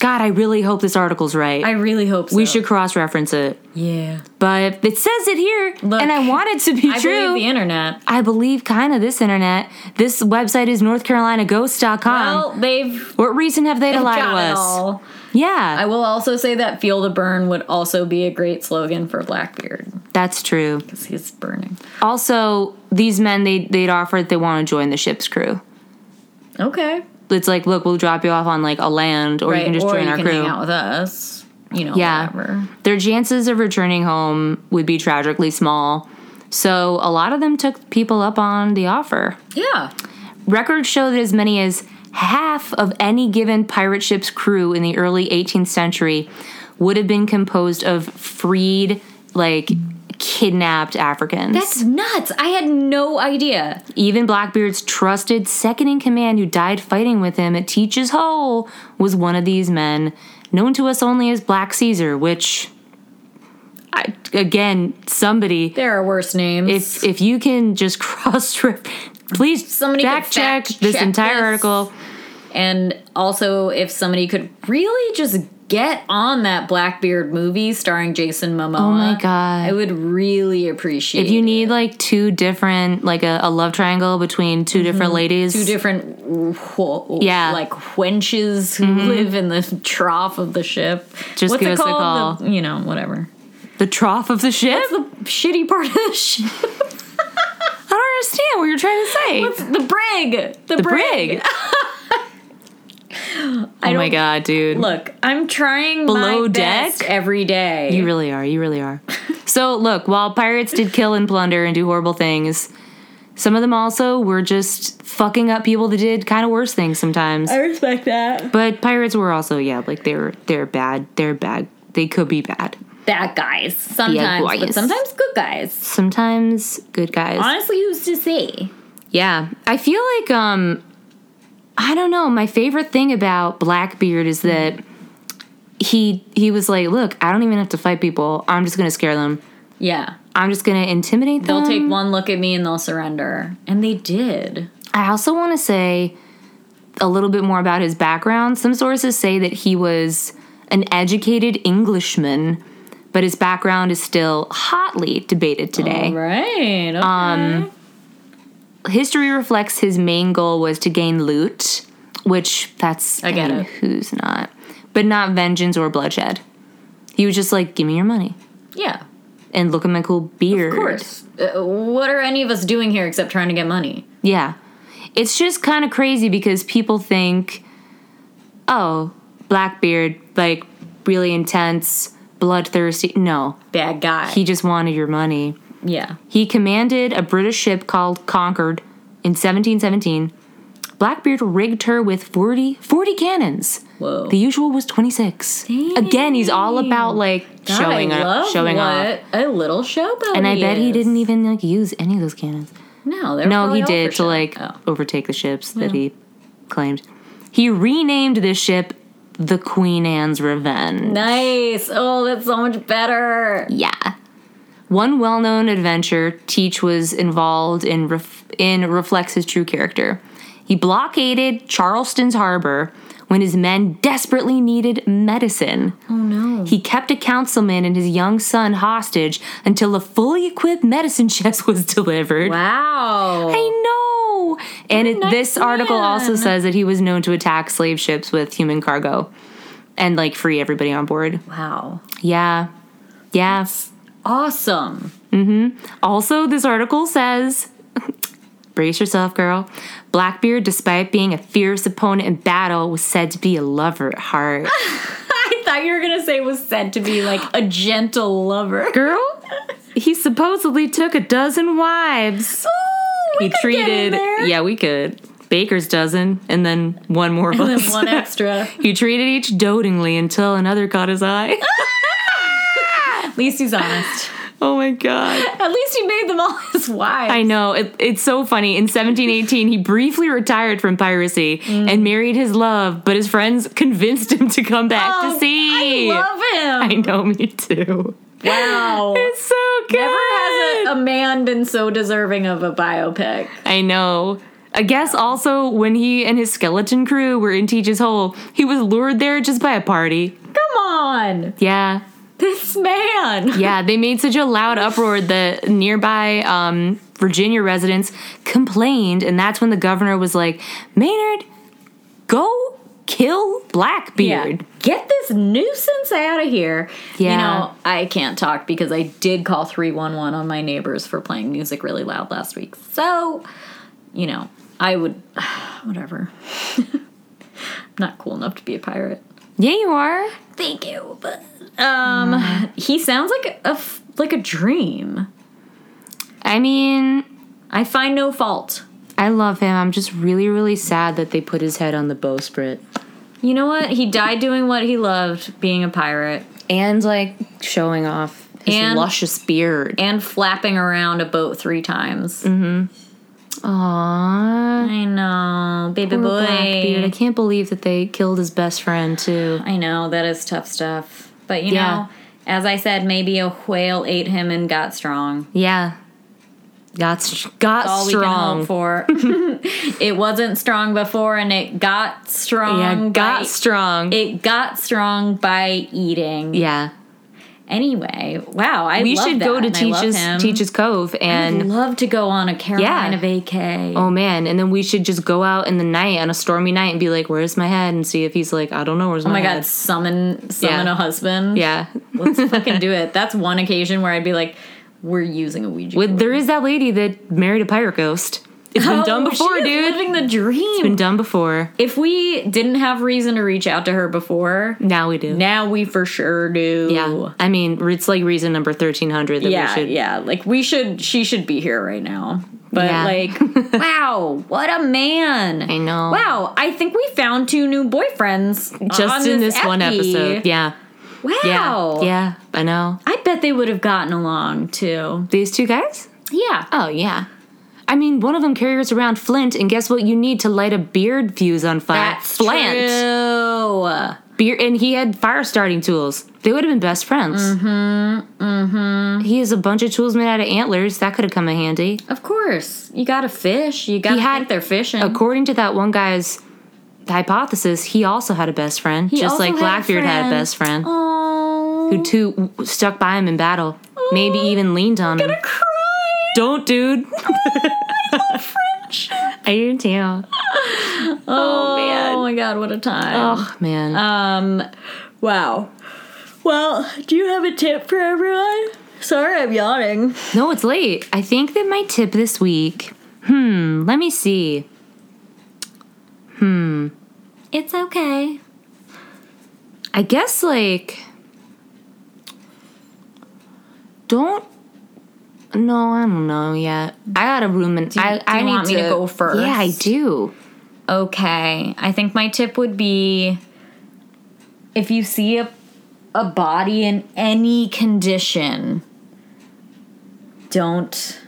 Speaker 1: God, I really hope this article's right.
Speaker 2: I really hope so.
Speaker 1: we should cross reference it.
Speaker 2: Yeah.
Speaker 1: But it says it here,
Speaker 2: Look,
Speaker 1: and I want it to be
Speaker 2: I
Speaker 1: true.
Speaker 2: believe the internet.
Speaker 1: I believe kind of this internet. This website is northcarolinaghost.com.
Speaker 2: Well, they've
Speaker 1: what reason have they to lie to
Speaker 2: got it
Speaker 1: us?
Speaker 2: all. I
Speaker 1: Yeah,
Speaker 2: will also say that "Feel to Burn" would also be a great slogan for Blackbeard
Speaker 1: that's true.
Speaker 2: because he's burning.
Speaker 1: Also, these men they they'd offer that they want to join the ship's crew.
Speaker 2: Okay.
Speaker 1: It's like, look, we'll drop you off on like a land, or you can just
Speaker 2: or
Speaker 1: join
Speaker 2: you
Speaker 1: our
Speaker 2: can
Speaker 1: crew.
Speaker 2: hang out with us. You know,
Speaker 1: Yeah.
Speaker 2: whatever.
Speaker 1: Their chances of returning home would be tragically small. So a lot of them took people up on the offer.
Speaker 2: Yeah.
Speaker 1: Records show that as many as half of any given pirate ship's crew in the early 18th century would have been composed of freed, like kidnapped Africans.
Speaker 2: That's nuts. I had no idea.
Speaker 1: Even Blackbeard's trusted second in command, who died fighting with him at Teach's Hole, was one of these men, known to us only as Black Caesar, which, I, again, somebody,
Speaker 2: There are worse names.
Speaker 1: if if you can just cross trip, please
Speaker 2: Somebody could
Speaker 1: fact check
Speaker 2: fact
Speaker 1: this
Speaker 2: check
Speaker 1: entire
Speaker 2: this.
Speaker 1: article.
Speaker 2: and also, if somebody could really just get on that Blackbeard movie starring Jason Momoa.
Speaker 1: Oh my God.
Speaker 2: I would really appreciate
Speaker 1: If you
Speaker 2: it.
Speaker 1: need like two different, like a, a love triangle between 2 different ladies,
Speaker 2: Mm-hmm. two different wh-
Speaker 1: Yeah. Mm-hmm.
Speaker 2: like wenches who live in the trough of the ship.
Speaker 1: Just
Speaker 2: What's
Speaker 1: give
Speaker 2: it
Speaker 1: us a
Speaker 2: called? The- you know, whatever.
Speaker 1: the trough of the ship.
Speaker 2: The shitty part of the ship.
Speaker 1: I don't understand what you're trying to say.
Speaker 2: the brig. The,
Speaker 1: the brig.
Speaker 2: I
Speaker 1: oh my
Speaker 2: don't-
Speaker 1: god, dude.
Speaker 2: Look, I'm trying
Speaker 1: Below
Speaker 2: my best
Speaker 1: deck?
Speaker 2: every day.
Speaker 1: You really are. You really are. so, look, while pirates did kill and plunder and do horrible things, some of them also were just fucking up people that did kind of worse things sometimes.
Speaker 2: respect that.
Speaker 1: But pirates were also, yeah, like they were they're bad. They're bad. They could be bad.
Speaker 2: Bad guys sometimes, but
Speaker 1: guys.
Speaker 2: sometimes good guys.
Speaker 1: Sometimes good guys.
Speaker 2: Honestly, who's to say?
Speaker 1: Yeah. I feel like um I don't know, my favorite thing about Blackbeard is that he he was like, "Look, I don't even have to fight people. I'm just going to scare them.
Speaker 2: Yeah,
Speaker 1: I'm just going to intimidate them."
Speaker 2: they'll take one look at me and they'll surrender, and they did.
Speaker 1: I also want to say a little bit more about his background. Some sources say that he was an educated Englishman, but his background is still hotly debated today.
Speaker 2: All right. Okay.
Speaker 1: Uh, History reflects his main goal was to gain loot, which that's
Speaker 2: I get
Speaker 1: mean,
Speaker 2: it.
Speaker 1: who's not, but not vengeance or bloodshed. He was just like, "Give me your money
Speaker 2: yeah.
Speaker 1: and look at my cool beard."
Speaker 2: Of course. Uh, what are any of us doing here except trying to get money?
Speaker 1: Yeah. It's just kind of crazy because people think, oh, Blackbeard, like really intense, bloodthirsty. No,
Speaker 2: Bad guy.
Speaker 1: he just wanted your money.
Speaker 2: yeah.
Speaker 1: He commanded a British ship called Concord in 1717. Blackbeard rigged her with 40, 40 cannons.
Speaker 2: Whoa.
Speaker 1: The usual was 26. Again, he's all about like
Speaker 2: God,
Speaker 1: showing
Speaker 2: I
Speaker 1: up,
Speaker 2: love
Speaker 1: showing off.
Speaker 2: what A little showboat.
Speaker 1: And I bet
Speaker 2: is.
Speaker 1: he didn't even like use any of those cannons.
Speaker 2: No, they were
Speaker 1: No,
Speaker 2: probably
Speaker 1: he
Speaker 2: all
Speaker 1: did
Speaker 2: for
Speaker 1: to
Speaker 2: show.
Speaker 1: like
Speaker 2: Oh.
Speaker 1: overtake the ships that he claimed. He renamed this ship the Queen Anne's Revenge.
Speaker 2: Nice. Oh, that's so much better.
Speaker 1: Yeah. One well-known adventure Teach was involved in ref- in reflects his true character. He blockaded Charleston's harbor when his men desperately needed medicine.
Speaker 2: Oh no.
Speaker 1: He kept a councilman and his young son hostage until a fully equipped medicine chest was delivered.
Speaker 2: Wow.
Speaker 1: I know. Oh. And it,
Speaker 2: nice
Speaker 1: this article also
Speaker 2: man.
Speaker 1: says that he was known to attack slave ships with human cargo and like free everybody on board.
Speaker 2: Wow.
Speaker 1: Yeah. Yeah.
Speaker 2: Awesome.
Speaker 1: Also, this article says brace yourself, girl. Blackbeard, despite being a fierce opponent in battle, was said to be a lover at heart.
Speaker 2: I thought you were gonna say was said to be like a gentle lover.
Speaker 1: Girl? He supposedly took a dozen wives.
Speaker 2: Ooh, we
Speaker 1: He
Speaker 2: could get in
Speaker 1: treated.
Speaker 2: there.
Speaker 1: Yeah, we could. Baker's dozen, and then one more of
Speaker 2: And
Speaker 1: us.
Speaker 2: then one extra.
Speaker 1: He treated each dotingly until another caught his eye.
Speaker 2: At least he's honest.
Speaker 1: oh my god.
Speaker 2: At least he made them all his wives.
Speaker 1: I know. It, it's so funny. In 1718, he briefly retired from piracy
Speaker 2: Mm.
Speaker 1: and married his love, but his friends convinced him to come back
Speaker 2: Oh,
Speaker 1: to sea.
Speaker 2: I love him.
Speaker 1: I know, me too.
Speaker 2: wow.
Speaker 1: It's so good.
Speaker 2: Never has a, a man been so deserving of a biopic.
Speaker 1: I know. I guess also when he and his skeleton crew were in Teach's Hole, he was lured there just by a party.
Speaker 2: Come on,
Speaker 1: Yeah.
Speaker 2: this man.
Speaker 1: Yeah, they made such a loud uproar that nearby um, Virginia residents complained, and that's when the governor was like, Maynard, go kill Blackbeard.
Speaker 2: Get this nuisance out of here.
Speaker 1: Yeah.
Speaker 2: You know, I can't talk because I did call 311 on my neighbors for playing music really loud last week. So, you know, I would, whatever. I'm not cool enough to be a pirate.
Speaker 1: Yeah, you are.
Speaker 2: Thank you, but um,
Speaker 1: Mm.
Speaker 2: he sounds like a f- like a dream.
Speaker 1: I mean,
Speaker 2: I find no fault.
Speaker 1: I love him. I'm just really, really sad that they put his head on the bowsprit.
Speaker 2: You know what? He died doing what he loved, being a pirate
Speaker 1: And like showing off his
Speaker 2: And-
Speaker 1: luscious beard.
Speaker 2: and flapping around a boat three times.
Speaker 1: Mm-hmm. Aww.
Speaker 2: I know, baby
Speaker 1: Poor
Speaker 2: boy.
Speaker 1: Blackbeard. I can't believe that they killed his best friend too.
Speaker 2: I know that is tough stuff, but you
Speaker 1: Yeah.
Speaker 2: know, as I said, maybe a whale ate him and got strong.
Speaker 1: Yeah. Got st- got
Speaker 2: All
Speaker 1: strong.
Speaker 2: we can hope for. it wasn't strong before, and it got strong.
Speaker 1: yeah, got
Speaker 2: by-
Speaker 1: strong.
Speaker 2: Um, It got strong by eating.
Speaker 1: yeah.
Speaker 2: Anyway, wow, I
Speaker 1: We
Speaker 2: love
Speaker 1: should go
Speaker 2: that,
Speaker 1: to
Speaker 2: and I love
Speaker 1: Teach's
Speaker 2: him.
Speaker 1: Teach's Cove
Speaker 2: I'd
Speaker 1: and
Speaker 2: love to go on a Carolina vacay.
Speaker 1: oh man, and then we should just go out in the night on a stormy night and be like, "Where's my head?" and see if he's like, "I don't know where's
Speaker 2: Oh my
Speaker 1: head."
Speaker 2: god, summon summon
Speaker 1: Yeah.
Speaker 2: a husband.
Speaker 1: Yeah.
Speaker 2: Let's fucking do it. That's one occasion where I'd be like, we're using a Ouija.
Speaker 1: But
Speaker 2: board.
Speaker 1: there is that lady that married a pirate ghost. It's been
Speaker 2: Oh,
Speaker 1: done before,
Speaker 2: she is
Speaker 1: dude.
Speaker 2: Living the dream.
Speaker 1: been done before.
Speaker 2: if we didn't have reason to reach out to her before,
Speaker 1: Now we do.
Speaker 2: now we for sure do.
Speaker 1: yeah. I mean, it's like reason number 1300 that
Speaker 2: Yeah,
Speaker 1: we should
Speaker 2: yeah. Like we should she should be here right now. But
Speaker 1: Yeah.
Speaker 2: like wow, what a man.
Speaker 1: I know.
Speaker 2: Wow, I think we found two new boyfriends
Speaker 1: just
Speaker 2: on
Speaker 1: in this one
Speaker 2: epi.
Speaker 1: episode. Yeah. Yeah.
Speaker 2: Wow.
Speaker 1: Yeah. I know.
Speaker 2: I bet they would have gotten along too.
Speaker 1: These two guys?
Speaker 2: Yeah.
Speaker 1: Oh, yeah. I mean, one of them carries around flint, and guess what you need to light a beard fuse on fire?
Speaker 2: That's
Speaker 1: flint.
Speaker 2: true.
Speaker 1: Beer, and he had fire starting tools. They would have been best friends. Mm hmm. Mm
Speaker 2: Mm-hmm,
Speaker 1: hmm. He has a bunch of tools made out of antlers. That could have come in handy.
Speaker 2: Of course. You got to fish. You got to
Speaker 1: had-
Speaker 2: think they're fishing.
Speaker 1: According to that one guy's hypothesis, he also had a best friend, just
Speaker 2: also
Speaker 1: like
Speaker 2: had a
Speaker 1: Blackbeard had a
Speaker 2: friend.
Speaker 1: best friend.
Speaker 2: Oh.
Speaker 1: Who too w- stuck by him in battle, maybe even leaned on him.
Speaker 2: cry.
Speaker 1: Don't, dude. I do
Speaker 2: Um,
Speaker 1: too.
Speaker 2: Oh,
Speaker 1: man.
Speaker 2: my god, what a time.
Speaker 1: Oh man.
Speaker 2: Um wow. Well, do you have a tip for everyone? Sorry, I'm yawning.
Speaker 1: No, it's late. I think that my tip this week. Hmm, let me see.
Speaker 2: It's okay.
Speaker 1: I guess like don't no, I don't know yet. I got a room and I,
Speaker 2: do
Speaker 1: I
Speaker 2: you
Speaker 1: need
Speaker 2: want me to go first?
Speaker 1: Yeah, I do.
Speaker 2: Okay. I think my tip would be if you see a a body in any condition, don't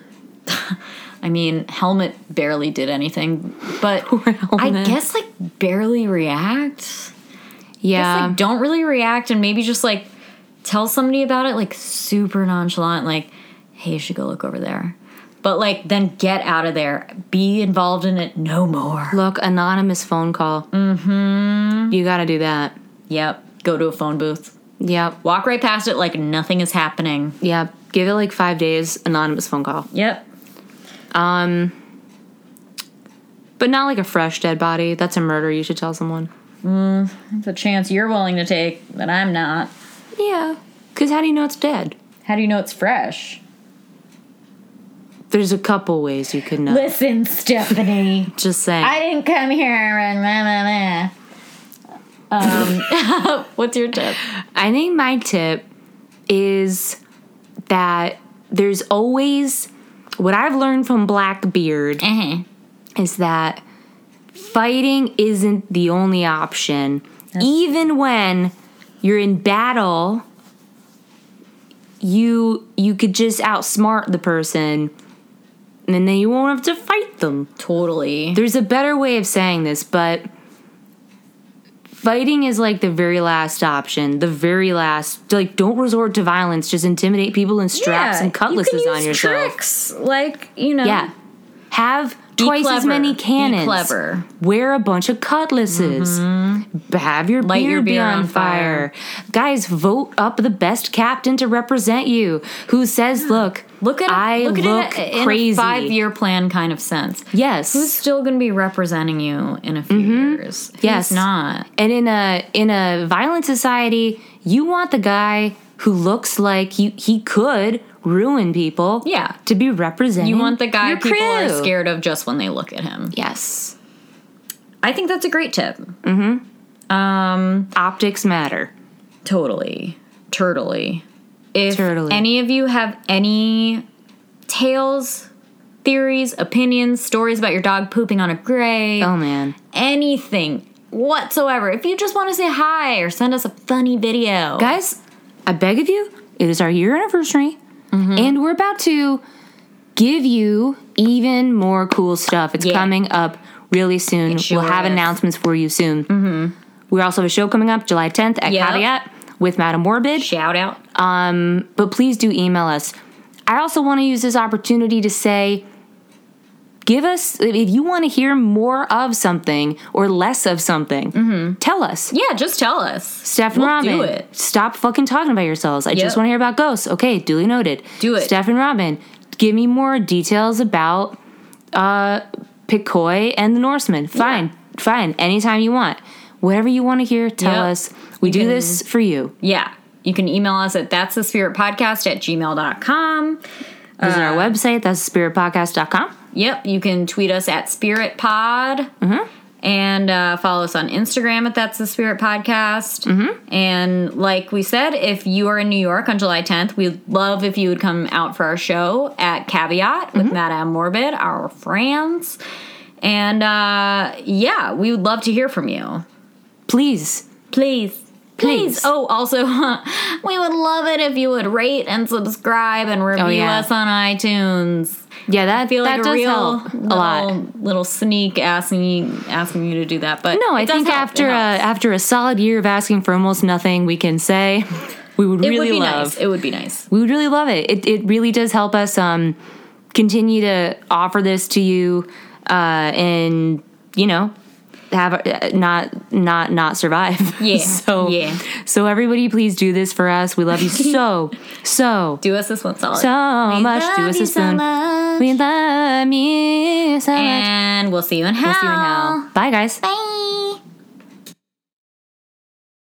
Speaker 2: I mean, helmet barely did anything, but I
Speaker 1: helmet.
Speaker 2: guess like barely react. Just
Speaker 1: Yeah.
Speaker 2: like don't really react and maybe just like tell somebody about it like super nonchalant like hey, you should go look over there. But like then get out of there. Be involved in it no more.
Speaker 1: Look, anonymous phone call. Mm-hmm. You gotta do that.
Speaker 2: Yep. Go to a phone booth.
Speaker 1: Yep.
Speaker 2: Walk right past it like nothing is happening.
Speaker 1: Yep. Give it like five days, anonymous phone call. Um,
Speaker 2: Yep.
Speaker 1: But not like a fresh dead body. That's a murder you should tell someone.
Speaker 2: It's a chance you're willing to take that I'm not.
Speaker 1: Yeah. Cause how do you know it's dead?
Speaker 2: How do you know it's fresh?
Speaker 1: There's a couple ways you could know.
Speaker 2: Listen, Stephanie.
Speaker 1: Just saying.
Speaker 2: I didn't come here and blah, blah, blah. Um, what's your tip?
Speaker 1: I think my tip is that there's always what I've learned from Blackbeard
Speaker 2: Uh-huh.
Speaker 1: is that fighting isn't the only option. Even when you're in battle, you you could just outsmart the person and then you won't have to fight them.
Speaker 2: Totally.
Speaker 1: There's a better way of saying this, but fighting is like the very last option. The very last. Like, don't resort to violence. Just intimidate people and straps and cutlasses
Speaker 2: you can
Speaker 1: on
Speaker 2: use
Speaker 1: yourself.
Speaker 2: Tricks, like you know.
Speaker 1: Yeah. Have
Speaker 2: Be
Speaker 1: twice as
Speaker 2: clever.
Speaker 1: many
Speaker 2: Be
Speaker 1: cannons.
Speaker 2: clever. Mm-hmm.
Speaker 1: Wear a bunch of cutlasses. B- Have your
Speaker 2: Light
Speaker 1: beard,
Speaker 2: your
Speaker 1: be
Speaker 2: beer
Speaker 1: on,
Speaker 2: on
Speaker 1: fire. Guys, vote up the best captain to represent you who says, look,
Speaker 2: Look at
Speaker 1: I
Speaker 2: look,
Speaker 1: look
Speaker 2: at it in a- in
Speaker 1: crazy.
Speaker 2: a five year plan kind of sense.
Speaker 1: Yes.
Speaker 2: Who's still going to be representing you in a few years? Who's
Speaker 1: Mm-hmm. Yes.
Speaker 2: not.
Speaker 1: and in a in a violent society, you want the guy who looks like you he could ruin people.
Speaker 2: Yeah.
Speaker 1: To be representing
Speaker 2: You want the guy
Speaker 1: your
Speaker 2: people are
Speaker 1: crew.
Speaker 2: scared of just when they look at him.
Speaker 1: Yes.
Speaker 2: I think that's a great tip. Mm-hmm. Um,
Speaker 1: Optics matter.
Speaker 2: totally, turtly. If
Speaker 1: Turtly.
Speaker 2: any of you have any tales, theories, opinions, stories about your dog pooping on a gray,
Speaker 1: Oh man.
Speaker 2: anything whatsoever, if you just want to say hi or send us a funny video,
Speaker 1: Guys, I beg of you, it is our year anniversary,
Speaker 2: Mm-hmm.
Speaker 1: and we're about to give you even more cool stuff. It's
Speaker 2: Yeah.
Speaker 1: coming up really soon.
Speaker 2: sure
Speaker 1: we'll have
Speaker 2: is.
Speaker 1: announcements for you soon. Mm-hmm. We also have a show coming up July 10th at
Speaker 2: Yep.
Speaker 1: Caveat with Madame Morbid.
Speaker 2: shout out.
Speaker 1: but please do email us. I also want to use this opportunity to say give us, if you want to hear more of something or less of something, tell us.
Speaker 2: Mm-hmm. Yeah, just tell us.
Speaker 1: Stefan
Speaker 2: We'll
Speaker 1: Robin,
Speaker 2: do it.
Speaker 1: stop fucking talking about yourselves. I just
Speaker 2: Yep.
Speaker 1: want to hear about ghosts. Okay, duly noted.
Speaker 2: Do it.
Speaker 1: Stefan Robin, give me more details about uh, Picoy and the Norsemen. Fine, fine. Anytime you want. Whatever you want to hear, tell
Speaker 2: Yep.
Speaker 1: us. We do
Speaker 2: can-
Speaker 1: this for you.
Speaker 2: Yeah. You can email us at that's the spirit podcast at gmail.com.
Speaker 1: Visit our
Speaker 2: Uh,
Speaker 1: website, that's spiritpodcast.com.
Speaker 2: Yep, you can tweet us at Spirit Pod. And uh, follow us on Instagram at That's the Spirit Podcast. And like we said, if you are in New York on July 10th, we'd love if you would come out for our show at Caveat with Madame Morbid, our friends. And uh, yeah, we would love to hear from you.
Speaker 1: Please.
Speaker 2: Please.
Speaker 1: Please.
Speaker 2: Please. Oh, also, we would love it if you would rate and subscribe and review
Speaker 1: yeah.
Speaker 2: us on iTunes.
Speaker 1: Yeah, that
Speaker 2: I feel
Speaker 1: that
Speaker 2: like
Speaker 1: does
Speaker 2: a real
Speaker 1: help a
Speaker 2: little,
Speaker 1: lot.
Speaker 2: little sneak asking you, asking you to do that, but
Speaker 1: No, I
Speaker 2: it does
Speaker 1: think
Speaker 2: help.
Speaker 1: after a,
Speaker 2: It helps.
Speaker 1: after a solid year of asking for almost nothing, we can say we would
Speaker 2: it
Speaker 1: really
Speaker 2: would be
Speaker 1: love.
Speaker 2: nice. It would be nice.
Speaker 1: We would really love it. It it really does help us um continue to offer this to you uh and you know have uh, not not not survive.
Speaker 2: Yeah,
Speaker 1: so
Speaker 2: yeah.
Speaker 1: So everybody please do this for us. We love you so so
Speaker 2: Do us this one solid.
Speaker 1: so
Speaker 2: We
Speaker 1: much. Do
Speaker 2: love
Speaker 1: us
Speaker 2: you
Speaker 1: a
Speaker 2: so
Speaker 1: spoon.
Speaker 2: much.
Speaker 1: we love you so much.
Speaker 2: and we'll see you in hell.
Speaker 1: See you in hell. Bye guys.
Speaker 2: Bye.